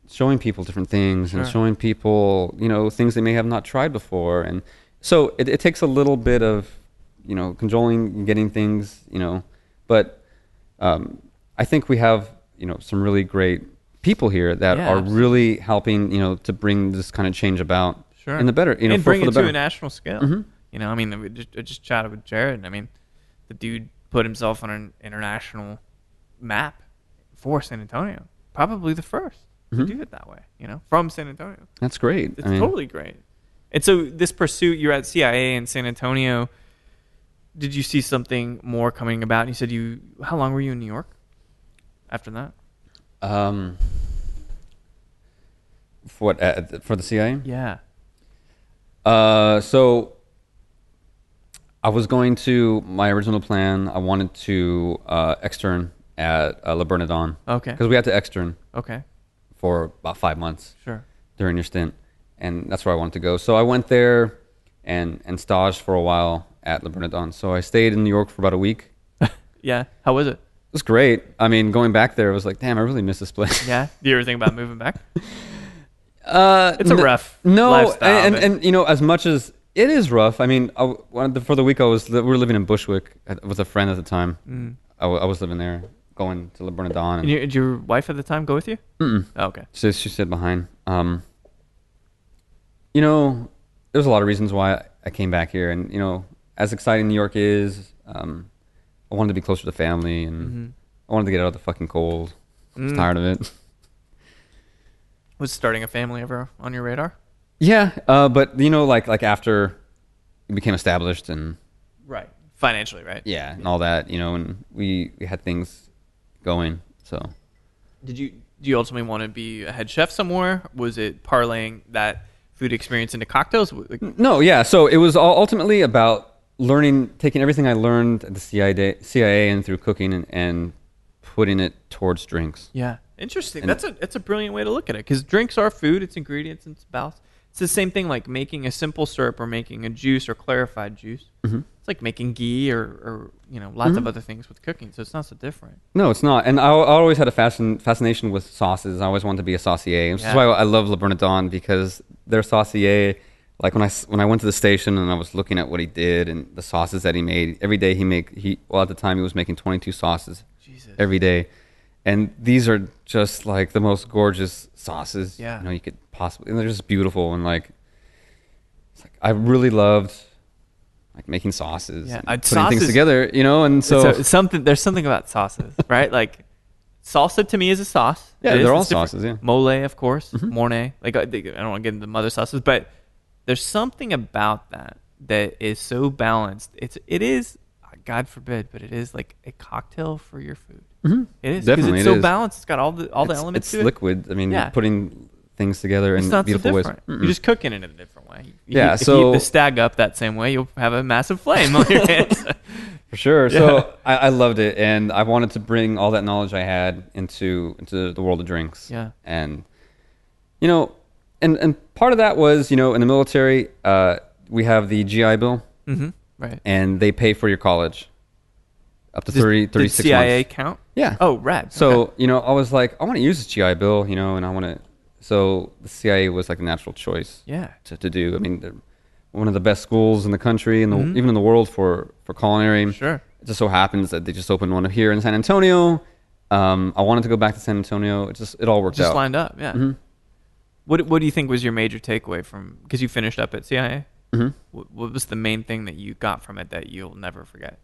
showing people different things and Sure. showing people, you know, things they may have not tried before. And so it, it takes a little bit of, you know, cajoling and getting things, you know, but um, I think we have, you know, some really great people here that Yeah, are absolutely. really helping, you know, to bring this kind of change about. Sure. And the better, you know, and for, bring for the it better. Mm-hmm. to a national scale. You know, I mean, we just, I just chatted with Jared, and I mean, the dude put himself on an international map for San Antonio, probably the 1st to do it that way. You know, from San Antonio, That's great. it's Mm-hmm. I mean, totally great. And so, this pursuit, you're at CIA in San Antonio. Did you see something more coming about? You said you. How long were you in New York after that? Um, for what uh, th- for the CIA? Yeah. Uh, so I was going to my original plan. I wanted to uh, extern at uh, La Bernadon. Okay. Because we had to extern Okay. for about five months Sure. during your stint, and that's where I wanted to go. So I went there and and staged for a while at La Bernadon. So I stayed in New York for about a week. Yeah. How was it? It was great. I mean, going back there, I was like, damn, I really miss this place. Yeah. Do you ever think about moving back? Uh, It's a n- rough No, lifestyle, and, but- and and you know, as much as it is rough, I mean, I, one of the, for the week I was li- we were living in Bushwick at, with a friend at the time. I, w- I was living there, going to La Mm. Bernadon. And And you, did your wife at the time go with you? Mm-mm. Oh, okay. so she stayed behind. Um, you know, there's a lot of reasons why I came back here, and you know, as exciting New York is, um, I wanted to be closer to family, and Mm-hmm. I wanted to get out of the fucking cold. I Mm. was tired of it. [laughs] Was starting a family ever on your radar? Yeah, uh, but you know, like like after it became established and Right. Financially, right? yeah, and all that, you know, and we, we had things going. So Did you do you ultimately want to be a head chef somewhere? Was it parlaying that food experience into cocktails? Like, no, yeah. So it was all ultimately about learning, taking everything I learned at the CIA, CIA and through cooking and, and putting it towards drinks. yeah. Interesting. that's a that's a brilliant way to look at it because drinks are food. It's ingredients and spouse. It's the same thing like making a simple syrup or making a juice or clarified juice. Mm-hmm. It's like making ghee or, or you know lots of other things with cooking. So it's not so different. No, it's not. And I, I always had a fascin, fascination with sauces. I always wanted to be a saucier, which Yeah. is why I love Le Bernardin because their saucier. Like when I s- when I went to the station and I was looking at what he did and the sauces that he made every day. He make he well at the time he was making twenty two sauces. Jesus. every day. And these are just like the most gorgeous sauces. Yeah. You know, you could possibly, and they're just beautiful. And like, it's like I really loved like making sauces, Yeah, and uh, putting sauces- things together, you know, and so, So something there's something about sauces, [laughs] right? like salsa to me is a sauce. Yeah, It is. they're all It's different. sauces, yeah. Mm-hmm. mole, of course, mornay. Like I, think- I don't want to get into mother sauces, but there's something about that that is so balanced. It's it is, God forbid, but it is like a cocktail for your food. It is 'cause Mm-hmm. Definitely, it's it so is. balanced. It's got all the all the it's, elements it's to it. liquid. I mean, Yeah. putting things together It's in not so beautiful different. ways. You're just cooking it in a different way. You- you- Yeah, if you so- heat the stag up that same way, you'll have a massive flame on [laughs] your hands. [laughs] For sure. So I, I loved it, and I wanted to bring all that knowledge I had into into the world of drinks. Yeah. And you know, and and part of that was you know in the military uh, we have the GI Bill, hmm Right. and they pay for your college up to Does- 30, did 36 CIA months. count? Yeah. Oh, rad. So Okay. you know, I was like, I want to use this GI Bill, you know, and I want to. So the CIA was like a natural choice. Yeah. To, to do. I mean, they're one of the best schools in the country and the, even in the world for for culinary. Mm-hmm. Sure. It just so happens that they just opened one up here in San Antonio. Um, I wanted to go back to San Antonio. It just it all worked just out. lined up. Yeah. Mm-hmm. What What do you think was your major takeaway from? Because you finished up at CIA. Mhm. What, what was the main thing that you got from it that you'll never forget?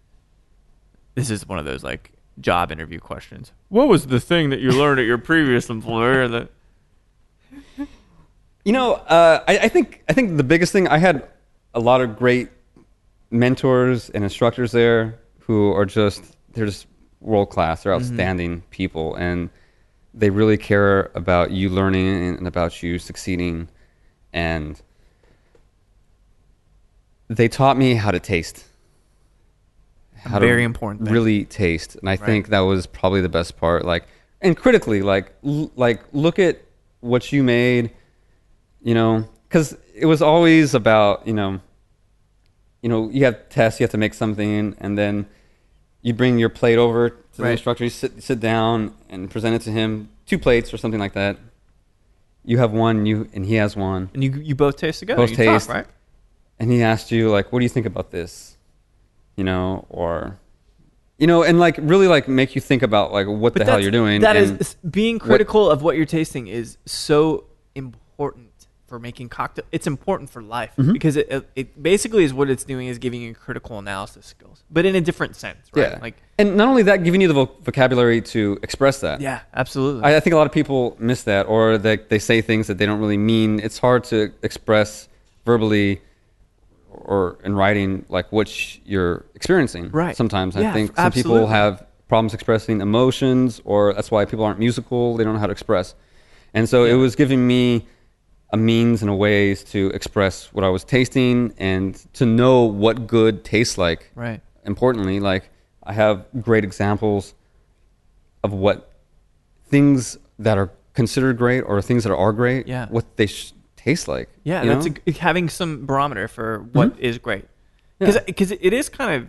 This is one of those like job interview questions. What was the thing that you learned at your previous employer that? You know, uh, I, I think I think the biggest thing I had a lot of great mentors and instructors there who are just they're just world class. They're Mm-hmm. outstanding people, and they really care about you learning and about you succeeding. And they taught me how to taste. How very important thing. Really taste, and I think that was probably the best part. Like, and critically, like, l- like look at what you made you know, because it was always about you know, you know, you have tests, you have to make something, and then you bring your plate over to the Right. instructor, you sit sit down and present it to him, two plates or something like that. You have one, you and he has one, And you you both taste together. Both you talk, taste. right? and he asked you like, "What do you think about this?" You know, or you know, and like really like make you think about like what the hell that's- you're doing. That is and- s- being critical of what you're tasting is so important for making cocktail. It's important for life Mm-hmm. because it, it it basically is what it's doing is giving you critical analysis skills, but in a different sense, right? yeah. Like, and not only that, giving you the voc- vocabulary to express that. yeah, absolutely. I, I think a lot of people miss that, or that they say things that they don't really mean. It's hard to express verbally or in writing like what sh- you're experiencing. Right. Sometimes Yeah, I think f- some absolutely. people have problems expressing emotions, or that's why people aren't musical. They don't know how to express, and so it was giving me a means and a ways to express what I was tasting and to know what good tastes like right. importantly, like I have great examples of what things that are considered great or things that are great, Yeah. what they sh- taste like. Yeah, you that's a know? Mm-hmm. g having some barometer for what is great, because it is kind of.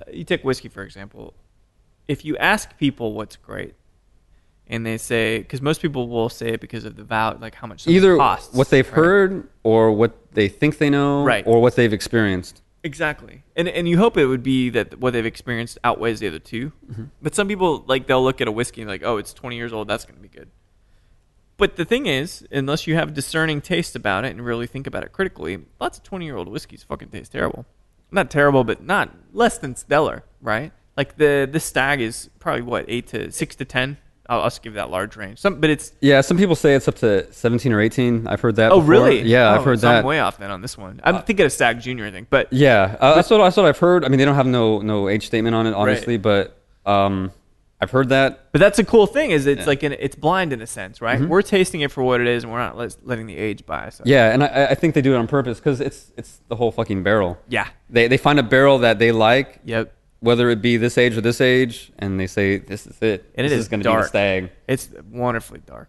Uh, you take whiskey for example. If you ask people what's great, and they say because most people will say it because of the value, like how much something either costs, what they've right? heard or what they think they know Right. or what they've experienced. Exactly, and and you hope it would be that what they've experienced outweighs the other 2 But some people like they'll look at a whiskey and like, oh, it's twenty years old, that's gonna be good. But the thing is, unless you have discerning taste about it and really think about it critically, lots of twenty-year-old whiskeys fucking taste terrible. Not terrible, but not less than stellar, right? Like the the stag is probably what eight to six to ten. I'll, I'll just give that large range. Some, but it's Yeah, some people say it's up to 17 or 18. I've heard that. oh before. really? Uh, Yeah, Oh, I've heard so I'm that. way off then on this one. I'm thinking of stag junior, I think, but Yeah, uh, that's what that's what I've heard. I mean, they don't have no no age statement on it, obviously, but um, I've heard that. But that's a cool thing. Is it's like an, it's blind in a sense, right? We're tasting it for what it is, and we're not let, letting the age by us. Mm-hmm. Yeah, and I, I think they do it on purpose because it's it's the whole fucking barrel. Yeah. They they find a barrel that they like, Yep. whether it be this age or this age, and they say this is it. And it this is going to be dark. the stag. It's wonderfully dark.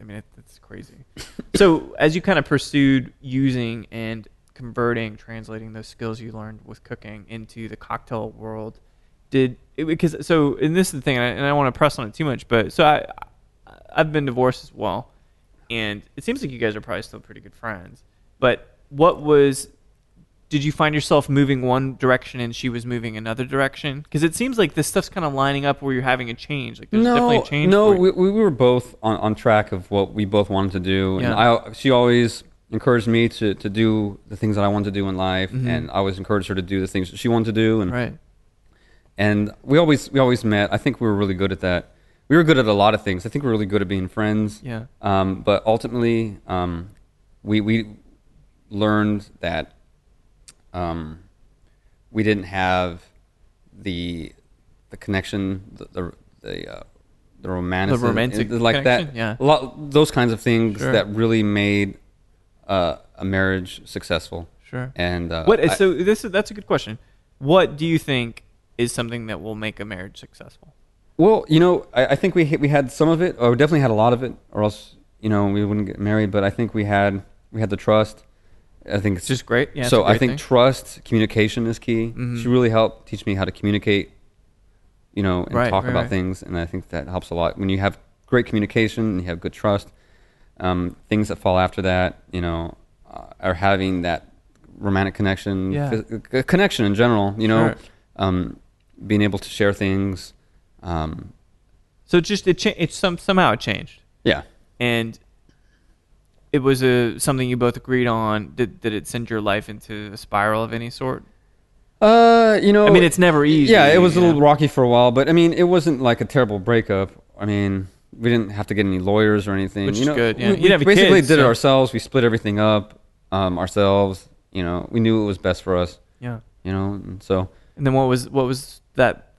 I mean, it, it's crazy. [laughs] so as you kind of pursued using and converting, translating those skills you learned with cooking into the cocktail world, did it, because so and this is the thing, and I, and I don't want to press on it too much, but so I, I've been divorced as well, and it seems like you guys are probably still pretty good friends. But what was did you find yourself moving one direction and she was moving another direction? Because it seems like this stuff's kind of lining up where you're having a change. Like there's definitely a No, change. no, for you. we, we were both on, on track of what we both wanted to do, and Yeah. I she always encouraged me to, to do the things that I wanted to do in life, Mm-hmm. and I always encouraged her to do the things that she wanted to do, and Right. and we always we always met. I think we were really good at that. We were good at a lot of things. I think we were really good at being friends. Yeah. Um, but ultimately, um, we we learned that um, we didn't have the the connection, the the the, uh, the romantic, The romantic like that. connection, yeah. A lot those kinds of things Sure. that really made uh, a marriage successful. Sure. And uh, What? I- so this is that's a good question. What do you think is something that will make a marriage successful? Well, you know, I, I think we ha- we had some of it, or we definitely had a lot of it, or else you know we wouldn't get married. But I think we had we had the trust. I think It's just great. Yeah. it's so a I great think thing. Mm-hmm. trust, communication is key. She really helped teach me how to communicate, you know, and Right, talk right, about right. things, and I think that helps a lot. When you have great communication and you have good trust, um, things that fall after that, you know, uh, are having that romantic connection, Yeah. phys- c- connection in general, you know, Sure. um, being able to share things. Um, so. it's Just it cha- it's some somehow it changed, yeah. and it was a something you both agreed on. Did did it send your life into a spiral of any sort? Uh, you know, I mean, it's never easy. Yeah, it was a you little know? rocky for a while, but I mean, it wasn't like a terrible breakup. I mean, we didn't have to get any lawyers or anything. Which you is know, good, yeah. We, You we didn't have basically kids, did it so- ourselves. We split everything up um, ourselves. You know, we knew it was best for us. Yeah. You know, and so And then what was what was that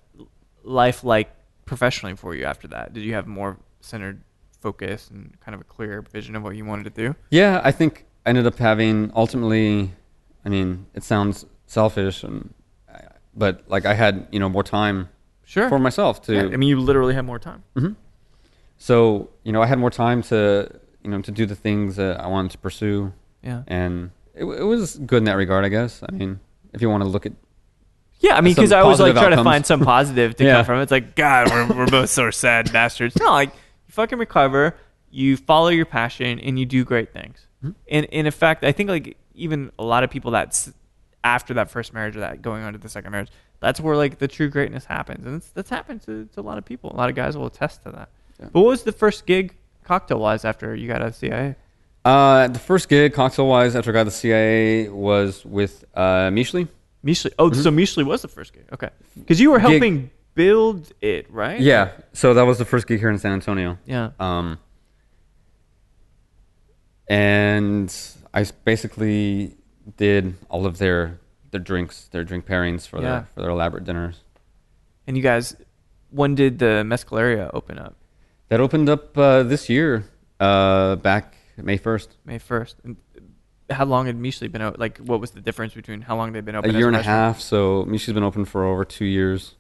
life like professionally for you after that? Did you have more centered focus and kind of a clear vision of what you wanted to do? yeah, I think I ended up having ultimately. I mean, it sounds selfish, and but like I had you know more time Sure. for myself to. I mean, you literally had more time. so you know, I had more time to you know to do the things that I wanted to pursue. Yeah. and it, w- it was good in that regard, I guess. I mean, if you want to look at Yeah, I mean, Some because I always like positive trying to outcomes. find some positive to [laughs] Yeah. come from. it. It's like God, we're, we're both so sad [laughs] bastards. No, like you fucking recover, you follow your passion, and you do great things. Mm-hmm. And, and in fact, I think like even a lot of people that's after that first marriage or that going on to the second marriage, that's where like the true greatness happens, and it's, that's happened to, to a lot of people. A lot of guys will attest to that. But what was the first gig cocktail wise after you got out of CIA? uh, the first gig, cocktail wise, after I got the CIA, was with uh, Mishli. Mishli. Oh, so Mishli was the first gig. Okay, because you were helping build it, right? Yeah, so that was the first gig here in San Antonio. Yeah. Um, and I s- basically did all of their their drinks, their drink pairings for Yeah. their for their elaborate dinners. And you guys, when did the Mescaleria open up? That opened up uh, this year, uh, back May first. May first. And how long had Mishli been open? Like, what was the difference between how long they'd been A open? as year and a restaurant? half. So Mishi's been open for over two years,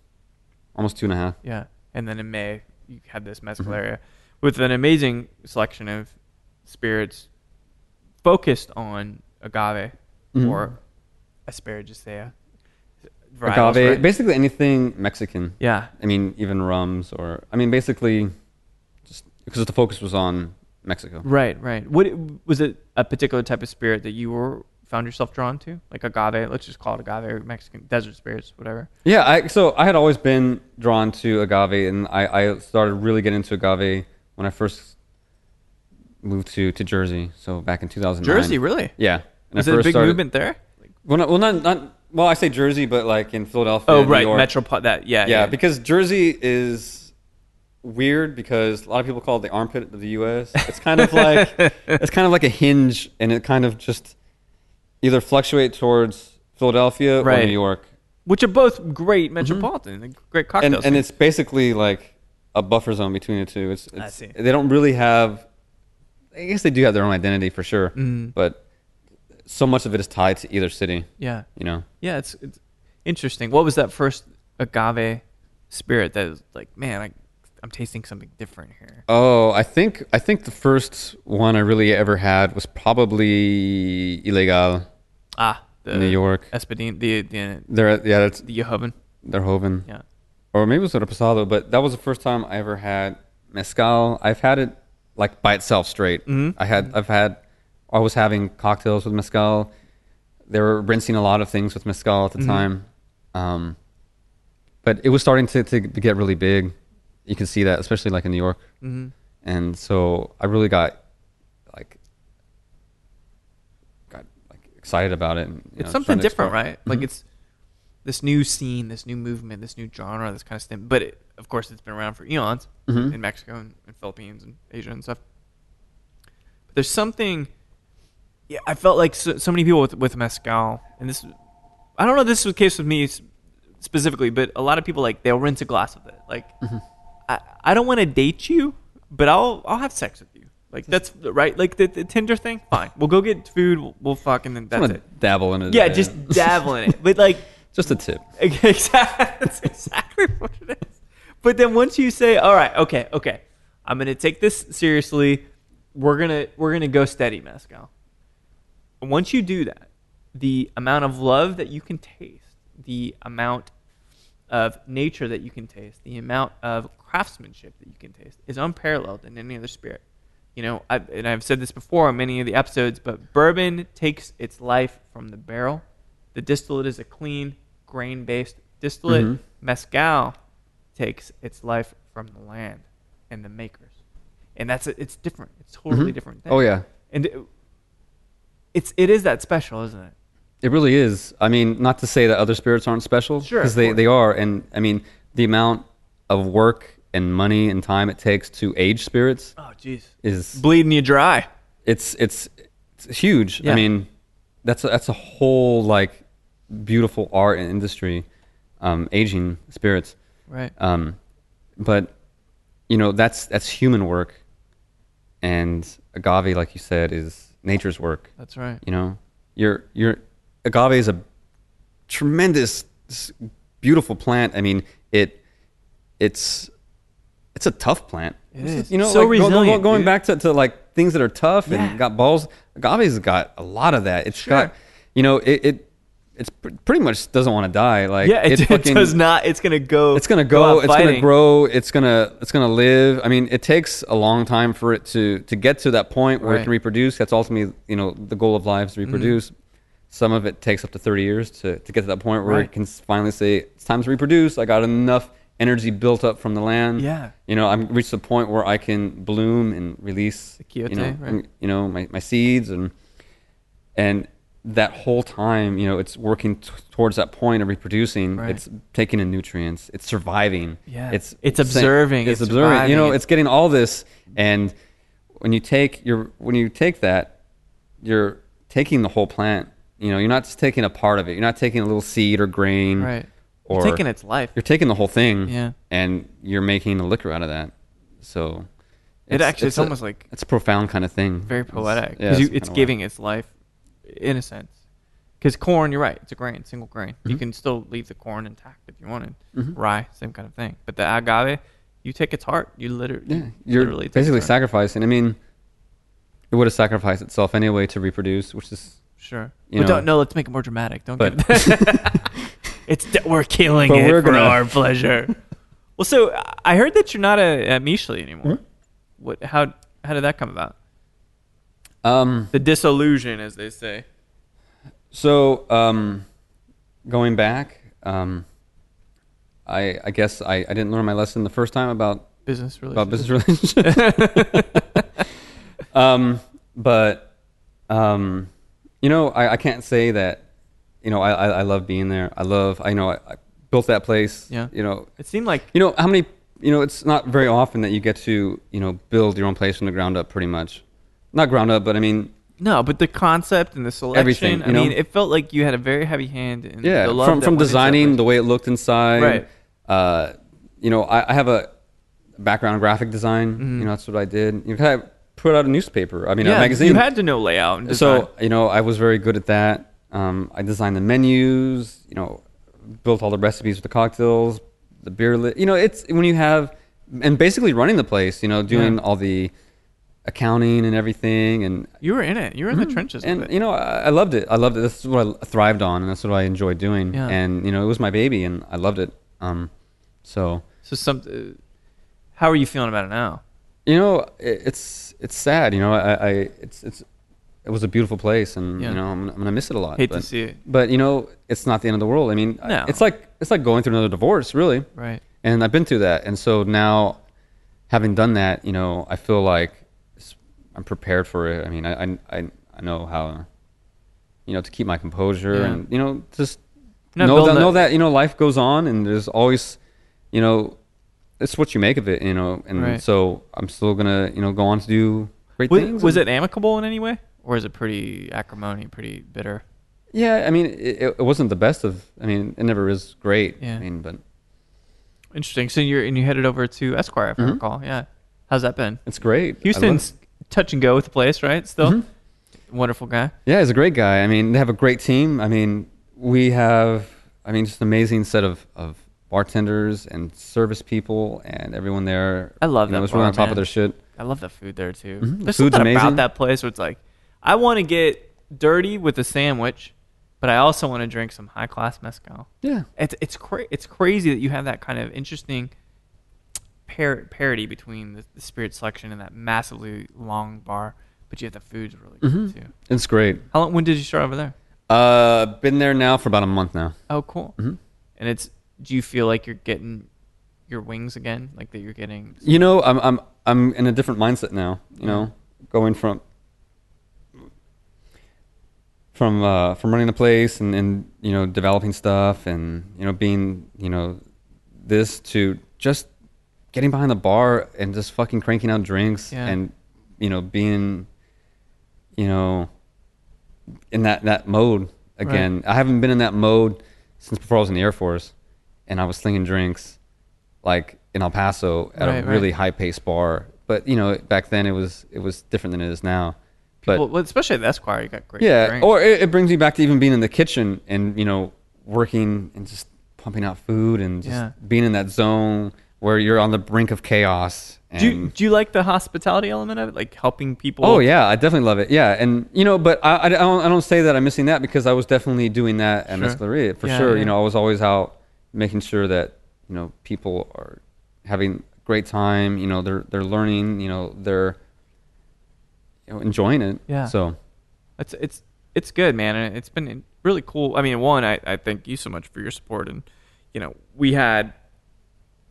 almost two and a half. Yeah, and then in May you had this Mm-hmm. Mescaleria with an amazing selection of spirits focused on agave Mm-hmm. or asparagusea. varietals, agave, right? basically anything Mexican. Yeah, I mean, even rums or I mean, basically, just because the focus was on Mexico. right, right. What was it? A particular type of spirit that you were found yourself drawn to, like agave? Let's just call it agave, or Mexican desert spirits, whatever. Yeah, I, so I had always been drawn to agave, and I, I started really getting into agave when I first moved to, to Jersey. So back in 2009. Jersey, really? Yeah. And Was I it a first big started- movement there? Well, not, well, not, not well. I say Jersey, but like in Philadelphia. Oh, New right, York. Metropol. That yeah, Yeah, because Jersey is weird because a lot of people call it the armpit of the U.S. It's kind [laughs] of like it's kind of like a hinge, and it kind of just either fluctuate towards Philadelphia or Right. New York, which are both great metropolitan, like, great cocktails. Mm-hmm. and and it's basically like a buffer zone between the two. It's, it's see. they don't really have. I guess they do have their own identity for sure, but so much of it is tied to either city. Mm-hmm. yeah, You know, yeah, it's it's interesting. What was that first agave spirit that was like, man, I, I'm tasting something different here. Oh, I think I think the first one I really ever had was probably illegal. Ah, the New York. Espadin, the the They're yeah, that's the Yehoven. they're Hoven. Yeah, Or maybe it was Reposado, but that was the first time I ever had mezcal. I've had it like by itself straight. Mm-hmm. I had I've had I was having cocktails with mezcal. They were rinsing a lot of things with mezcal at Mm-hmm. the time. Um, but it was starting to, to get really big. You can see that, especially like in New Mm-hmm. York. And so I really got like excited about it. And, you know, Mm-hmm. it's trying something to different, explore. right? Like it's this new scene, this new movement, this new genre, this kind of thing. But it, of course, it's been around for eons Mm-hmm. in Mexico and, and Philippines and Asia and stuff. But there's something. Yeah, I felt like so, so many people with with mezcal, and this, I don't know. if This was the case with me s- specifically, but a lot of people like they'll rinse a glass of it. Like, Mm-hmm. I I don't want to date you, but I'll I'll have sex with you. Like that's the- right. Like the, the Tinder thing. Fine, we'll go get food. We'll, we'll fuck, and then I that's want it. to dabble in it. Yeah, just [laughs] dabble in it. [laughs] But like, just a tip. exactly. That's exactly what it is. But then once you say, "All right, okay, okay, I'm gonna take this seriously. We're gonna we're gonna go steady, Mescal." Once you do that, the amount of love that you can taste, the amount of nature that you can taste, the amount of craftsmanship that you can taste is unparalleled in any other spirit. You know, I, and I've said this before on many of the episodes, but bourbon takes its life from the barrel. The distillate is a clean, grain based distillate. Mm-hmm. Mezcal takes its life from the land and the makers. And that's it's different. It's totally different. Thing. Oh yeah, And it- it's it is that special, isn't it? it really is. I mean, not to say that other spirits aren't special, Sure, because of they course. they are. And I mean, the amount of work and money and time it takes to age spirits Oh jeez. is Bleeding you dry. it's it's, it's huge. Yeah. I mean, that's a, that's a whole like beautiful art and industry, um, aging spirits. Right. Um, but you know that's that's human work, and agave, like you said, is nature's work. That's right. You know, your your agave is a tremendous, s- beautiful plant. I mean, it it's it's a tough plant. It It's is. a- You know, So like, go- go- go- resilient, going dude. back to, to like things that are tough Yeah. and got balls. Agave's got a lot of that. It's Sure. got, you know, it it it's pr- pretty much doesn't want to die. Like yeah, it, it [laughs] fucking- does not. It's gonna go. it's gonna go. out it's gonna fighting. grow. It's gonna it's gonna live. I mean, it takes a long time for it to to get to that point where Right. Mm-hmm. it can reproduce. That's ultimately you know the goal of life is to reproduce. Some of it takes up to thirty years to to get to that point where Right. it can s- finally say it's time to reproduce. I got enough energy built up from the land. Yeah. you know, I've reached the point where I can bloom and release Quixote, you know, right. m- you know my, my seeds and and that whole time you know it's working t- towards that point of reproducing Right. it's taking in nutrients it's surviving Yeah. it's It's sa- observing, it's, it's observing you know surviving, it's getting all this and when you take your when you take that you're taking the whole plant you know you're not just taking a part of it you're not taking a little seed or grain Right. or You're taking its life. you're taking the whole thing Yeah. and you're making a liquor out of that so It actually- it's a- almost like- it's a profound kind of thing Very It's- poetic. yeah, Because kinda it's wild. giving its life, in a sense. Because corn, you're right. It's a grain, single grain. Mm-hmm. You can still leave the corn intact if you wanted. Rye, same kind of thing. But the agave, you take its heart. You literally, Yeah, you're literally take its basically heart. sacrificing. I mean, it would have sacrificed itself anyway to reproduce, which is. Sure. you but know. don't no. Let's make it more dramatic. Don't. But But [laughs] [laughs] it's de- we're killing But it we're for gonna- our pleasure. [laughs] well, so I- I heard that you're not a, a Michelin Hmm? anymore. What? How? How did that come about? um, The disillusion, as they say. so um, going back, um, I I guess I, I didn't learn my lesson the first time about Business relations. about business relationships. [laughs] um, but um, you know, I, I can't say that. You know, I, I I love being there. I love. I know I, I built that place. Yeah. You know, It seemed like You know how many? You know, it's not very often that you get to you know build your own place from the ground up, pretty much. Not ground up, but I mean, No, but the concept and the selection. Everything, I you know? mean, it felt like you had a very heavy hand in yeah, the love from that from went into designing that the way it looked inside. Right. Uh, you know, I, I have a background in graphic design. You know, that's what I did. You know, I put out a newspaper. I mean, Mm-hmm. yeah, a magazine. You had to know layout and design. so you know, I was very good at that. Um, I designed the menus. You know, built all the recipes for the cocktails, the beer list. You know, it's when you have and basically running the place. You know, doing Yeah. all the accounting and everything, and you were in it. You were in the trenches. with hmm, and it. you know, I, I loved it. I loved it. This is what I thrived on, and that's what I enjoyed doing. Yeah. And you know, it was my baby, and I loved it. Um, so so some. Uh, how are you feeling about it now? you know, it, it's it's sad. You know, I, I it's it's it was a beautiful place, and Yeah. you know, I'm, gonna- I'm gonna miss it a lot. Hate to but, see it. but you know, it's not the end of the world. I mean, I- No. it's like it's like going through another divorce, really. Right. And I've been through that, and so now, having done that, you know, I feel like s- I'm prepared for it. I mean, I I I, I know how you know, to keep my composure Yeah. and you know, just Not know build that, that- know that you know life goes on and there's always, you know, it's what you make of it, you know. And Right. so I'm still gonna you know go on to do great Was, things. was and- it amicable in any way, or is it pretty acrimony, pretty bitter? Yeah, I mean, it, it wasn't the best of. I mean, it never is great. Yeah. I mean, but Interesting. So you're and you headed over to Esquire, if I recall. Yeah. How's that been? it's great. Mm-hmm. I love- Houston's touch and go with the place, right? Still, Mhm. wonderful guy. Yeah, he's a great guy. I mean, they have a great team. I mean, we have, I mean, just an amazing set of, of bartenders and service people and everyone there. I love you know, that is really bar, on top man. of their shit. I love the food there too. Mhm. There's Food's something about amazing. that place where it's like, I want to get dirty with a sandwich, but I also want to drink some high class mezcal. Yeah. It's it's cra- it's crazy that you have that kind of interesting par- parity between the, the spirit selection and that massively long bar, but you have the food's really good Mm-hmm. too. It's great. How long? When did you start over there? Uh, been there now for about a month now. Oh, cool. Mm-hmm. And it's do you feel like you're getting your wings again? Like that you're getting You know, I'm, I'm, I'm in a different mindset now, you know, going from, from, uh, from running the place and, and, you know, developing stuff and, you know, being, you know, this to just getting behind the bar and just fucking cranking out drinks Yeah. and you know being you know in that that mode again i haven't been in that mode since before i was in the air force and i was slinging drinks like in el paso Right, at a right. really high paced bar but you know back then it was it was different than it is now but well, well, especially at Esquire, you got great. yeah, oh, drinks. or it, it brings me back to even being in the kitchen and you know working and just pumping out food and just Yeah. being in that zone where you're on the brink of chaos. And, do you, do you like the hospitality element of it, like helping people? oh yeah, I definitely love it. Yeah, and you know, but I, I don't I don't say that I'm missing that because I was definitely doing that at Sure. Mescaleria for Yeah, sure. yeah. You know, I was always out making sure that you know people are having a great time. You know, they're they're learning. You know, they're you know, enjoying it. Yeah. So it's it's it's good, man, and it's been really cool. I mean, one, I, I thank you so much for your support, and you know, we had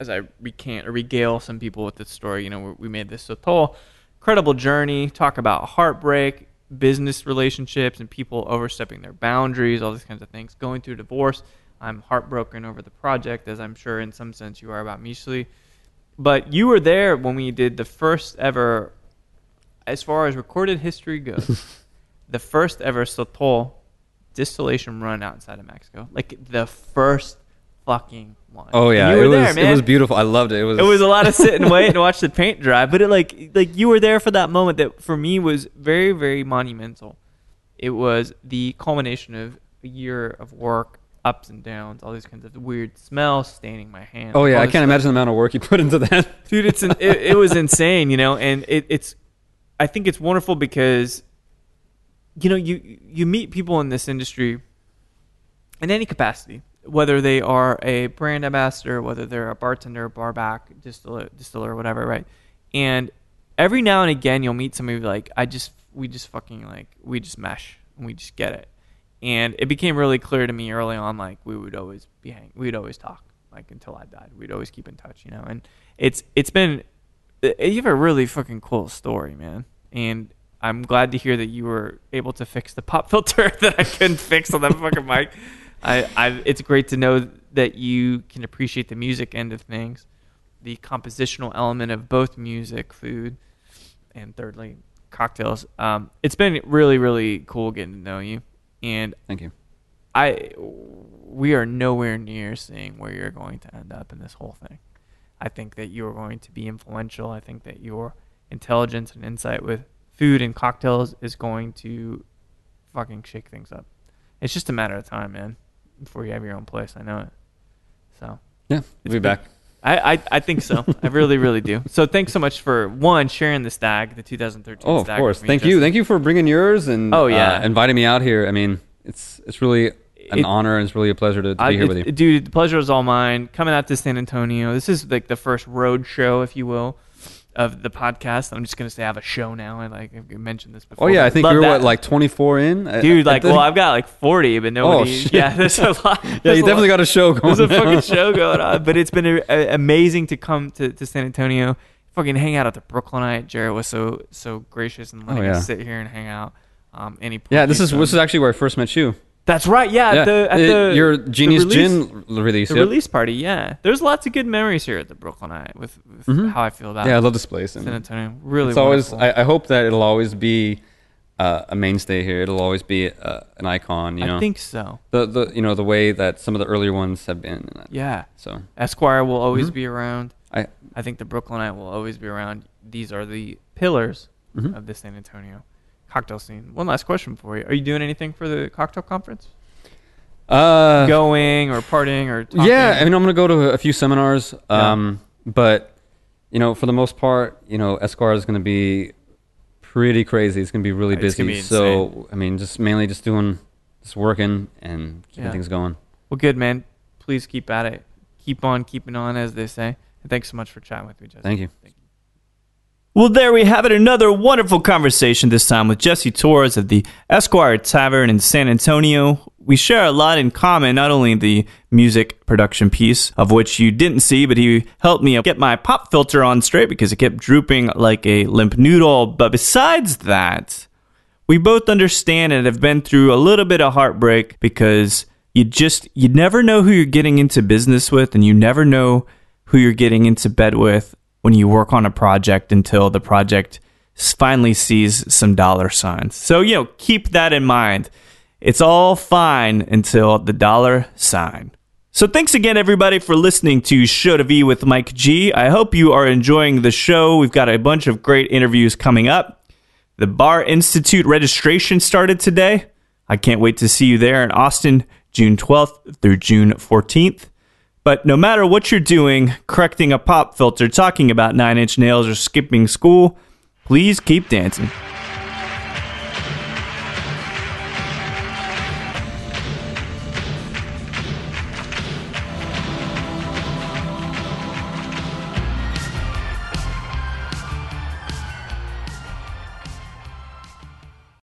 as I recant or regale some people with this story. You know, we we made this a whole incredible journey. Talk about heartbreak, business relationships, and people overstepping their boundaries, all these kinds of things. Going through divorce, I'm heartbroken over the project, as I'm sure in some sense you are about Mishli. But you were there when we did the first ever, as far as recorded history goes, the first ever Sotol distillation run outside of Mexico. Like the first fucking one. oh And yeah, you were it was there, man. it was beautiful. I loved it. It was It was a lot of sit and wait and watch the paint dry, but it like like you were there for that moment that for me was very very monumental. It was the culmination of a year of work, ups and downs, all these kinds of weird smells staining my hands. Oh yeah, all I this can't imagine the amount of work you put into that. [laughs] dude it's an, it, it was insane you know and it, it's i think it's wonderful because you know you you meet people in this industry in any capacity whether they are a brand ambassador whether they're a bartender bar back distiller distiller whatever right and every now and again you'll meet somebody who's like i just we just fucking like we just mesh and we just get it and it became really clear to me early on like we would always be hang- we'd always talk like until I died we'd always keep in touch you know and it's it's been uh, you have a really fucking cool story man and I'm glad to hear that you were able to fix the pop [laughs] filter that I couldn't fix on that fucking mic I, I it's great to know that you can appreciate the music end of things the compositional element of both music food and thirdly cocktails um, it's been really really cool getting to know you and Thank you. I we are nowhere near seeing where you're going to end up in this whole thing. I think that you're going to be influential. I think that your intelligence and insight with food and cocktails is going to fucking shake things up. It's just a matter of time, man, before you have your own place. I know it. So Yeah, we'll be back. I, I, I think so. I really, really do. So thanks so much for one sharing the stag, the 2013. Oh, of stag course. with me, Thank you. Justin. Thank you for bringing yours and Oh, yeah. uh, inviting me out here. I mean, it's it's really an It- honor and it's really a pleasure to, to be I- here with it- you. Dude, the pleasure is all mine. Coming out to San Antonio. This is like the first road show, if you will, of the podcast. I'm just gonna say I have a show now. I like I've mentioned this Oh before. yeah, but I think love you're that. what like 24 in, I- dude, I like think- well, I've got like 40, but nobody. Oh, shit. yeah, there's a lot. [laughs] yeah, there's you a lot- definitely got [laughs] a show going. there's [laughs] a fucking show going on. But it's been a, a, amazing to come to, to San Antonio, fucking hang out at the Brooklynite. Jared was so so gracious and letting Oh, yeah. us sit here and hang out. Um, and he Yeah, this played is some- this is actually where I first met you. that's right. Yeah, Yeah, at the, at it- the your the Genius release- Gin l- release. the yep. release party. Yeah, there's lots of good memories here at the Brooklyn Eye with, with how I feel about Mm-hmm. Yeah, I love this place. San And Antonio. Really, it's always. wonderful. I, I hope that it'll always be uh, a mainstay here. It'll always be uh, an icon. You know, I think so. the the you know the way that some of the earlier ones have been. and that- Yeah, So Esquire will always Mm-hmm. be around. I I think the Brooklyn Eye will always be around. These are the pillars Mm-hmm. of the San Antonio cocktail scene. One last question for you: Are you doing anything for the cocktail conference? uh, Going or partying or talking? Yeah, I mean, I'm gonna go to a few seminars, um, but you know, for the most part, you know, Esquire is gonna be pretty crazy. It's gonna be really It's busy. gonna be so, I mean, just mainly just doing, just working and keeping Yeah. things going. Well, good man. Please keep at it. Keep on keeping on, as they say. And thanks so much for chatting with me, Jesse. Thank you. Well, there we have it. Another wonderful conversation, this time with Jesse Torres of the Esquire Tavern in San Antonio. We share a lot in common, not only the music production piece, of which you didn't see, but he helped me get my pop filter on straight because it kept drooping like a limp noodle. But besides that, we both understand and have been through a little bit of heartbreak because you just you never know who you're getting into business with and you never know who you're getting into bed with when you work on a project until the project s- finally sees some dollar signs. So, you know, keep that in mind. It's all fine until the dollar sign. So thanks again, everybody, for listening to Show to V with Mike G. I hope you are enjoying the show. We've got a bunch of great interviews coming up. The Bar Institute registration started today. I can't wait to see you there in Austin, June 12th through June 14th. But no matter what you're doing, correcting a pop filter, talking about Nine Inch Nails, or skipping school, please keep dancing.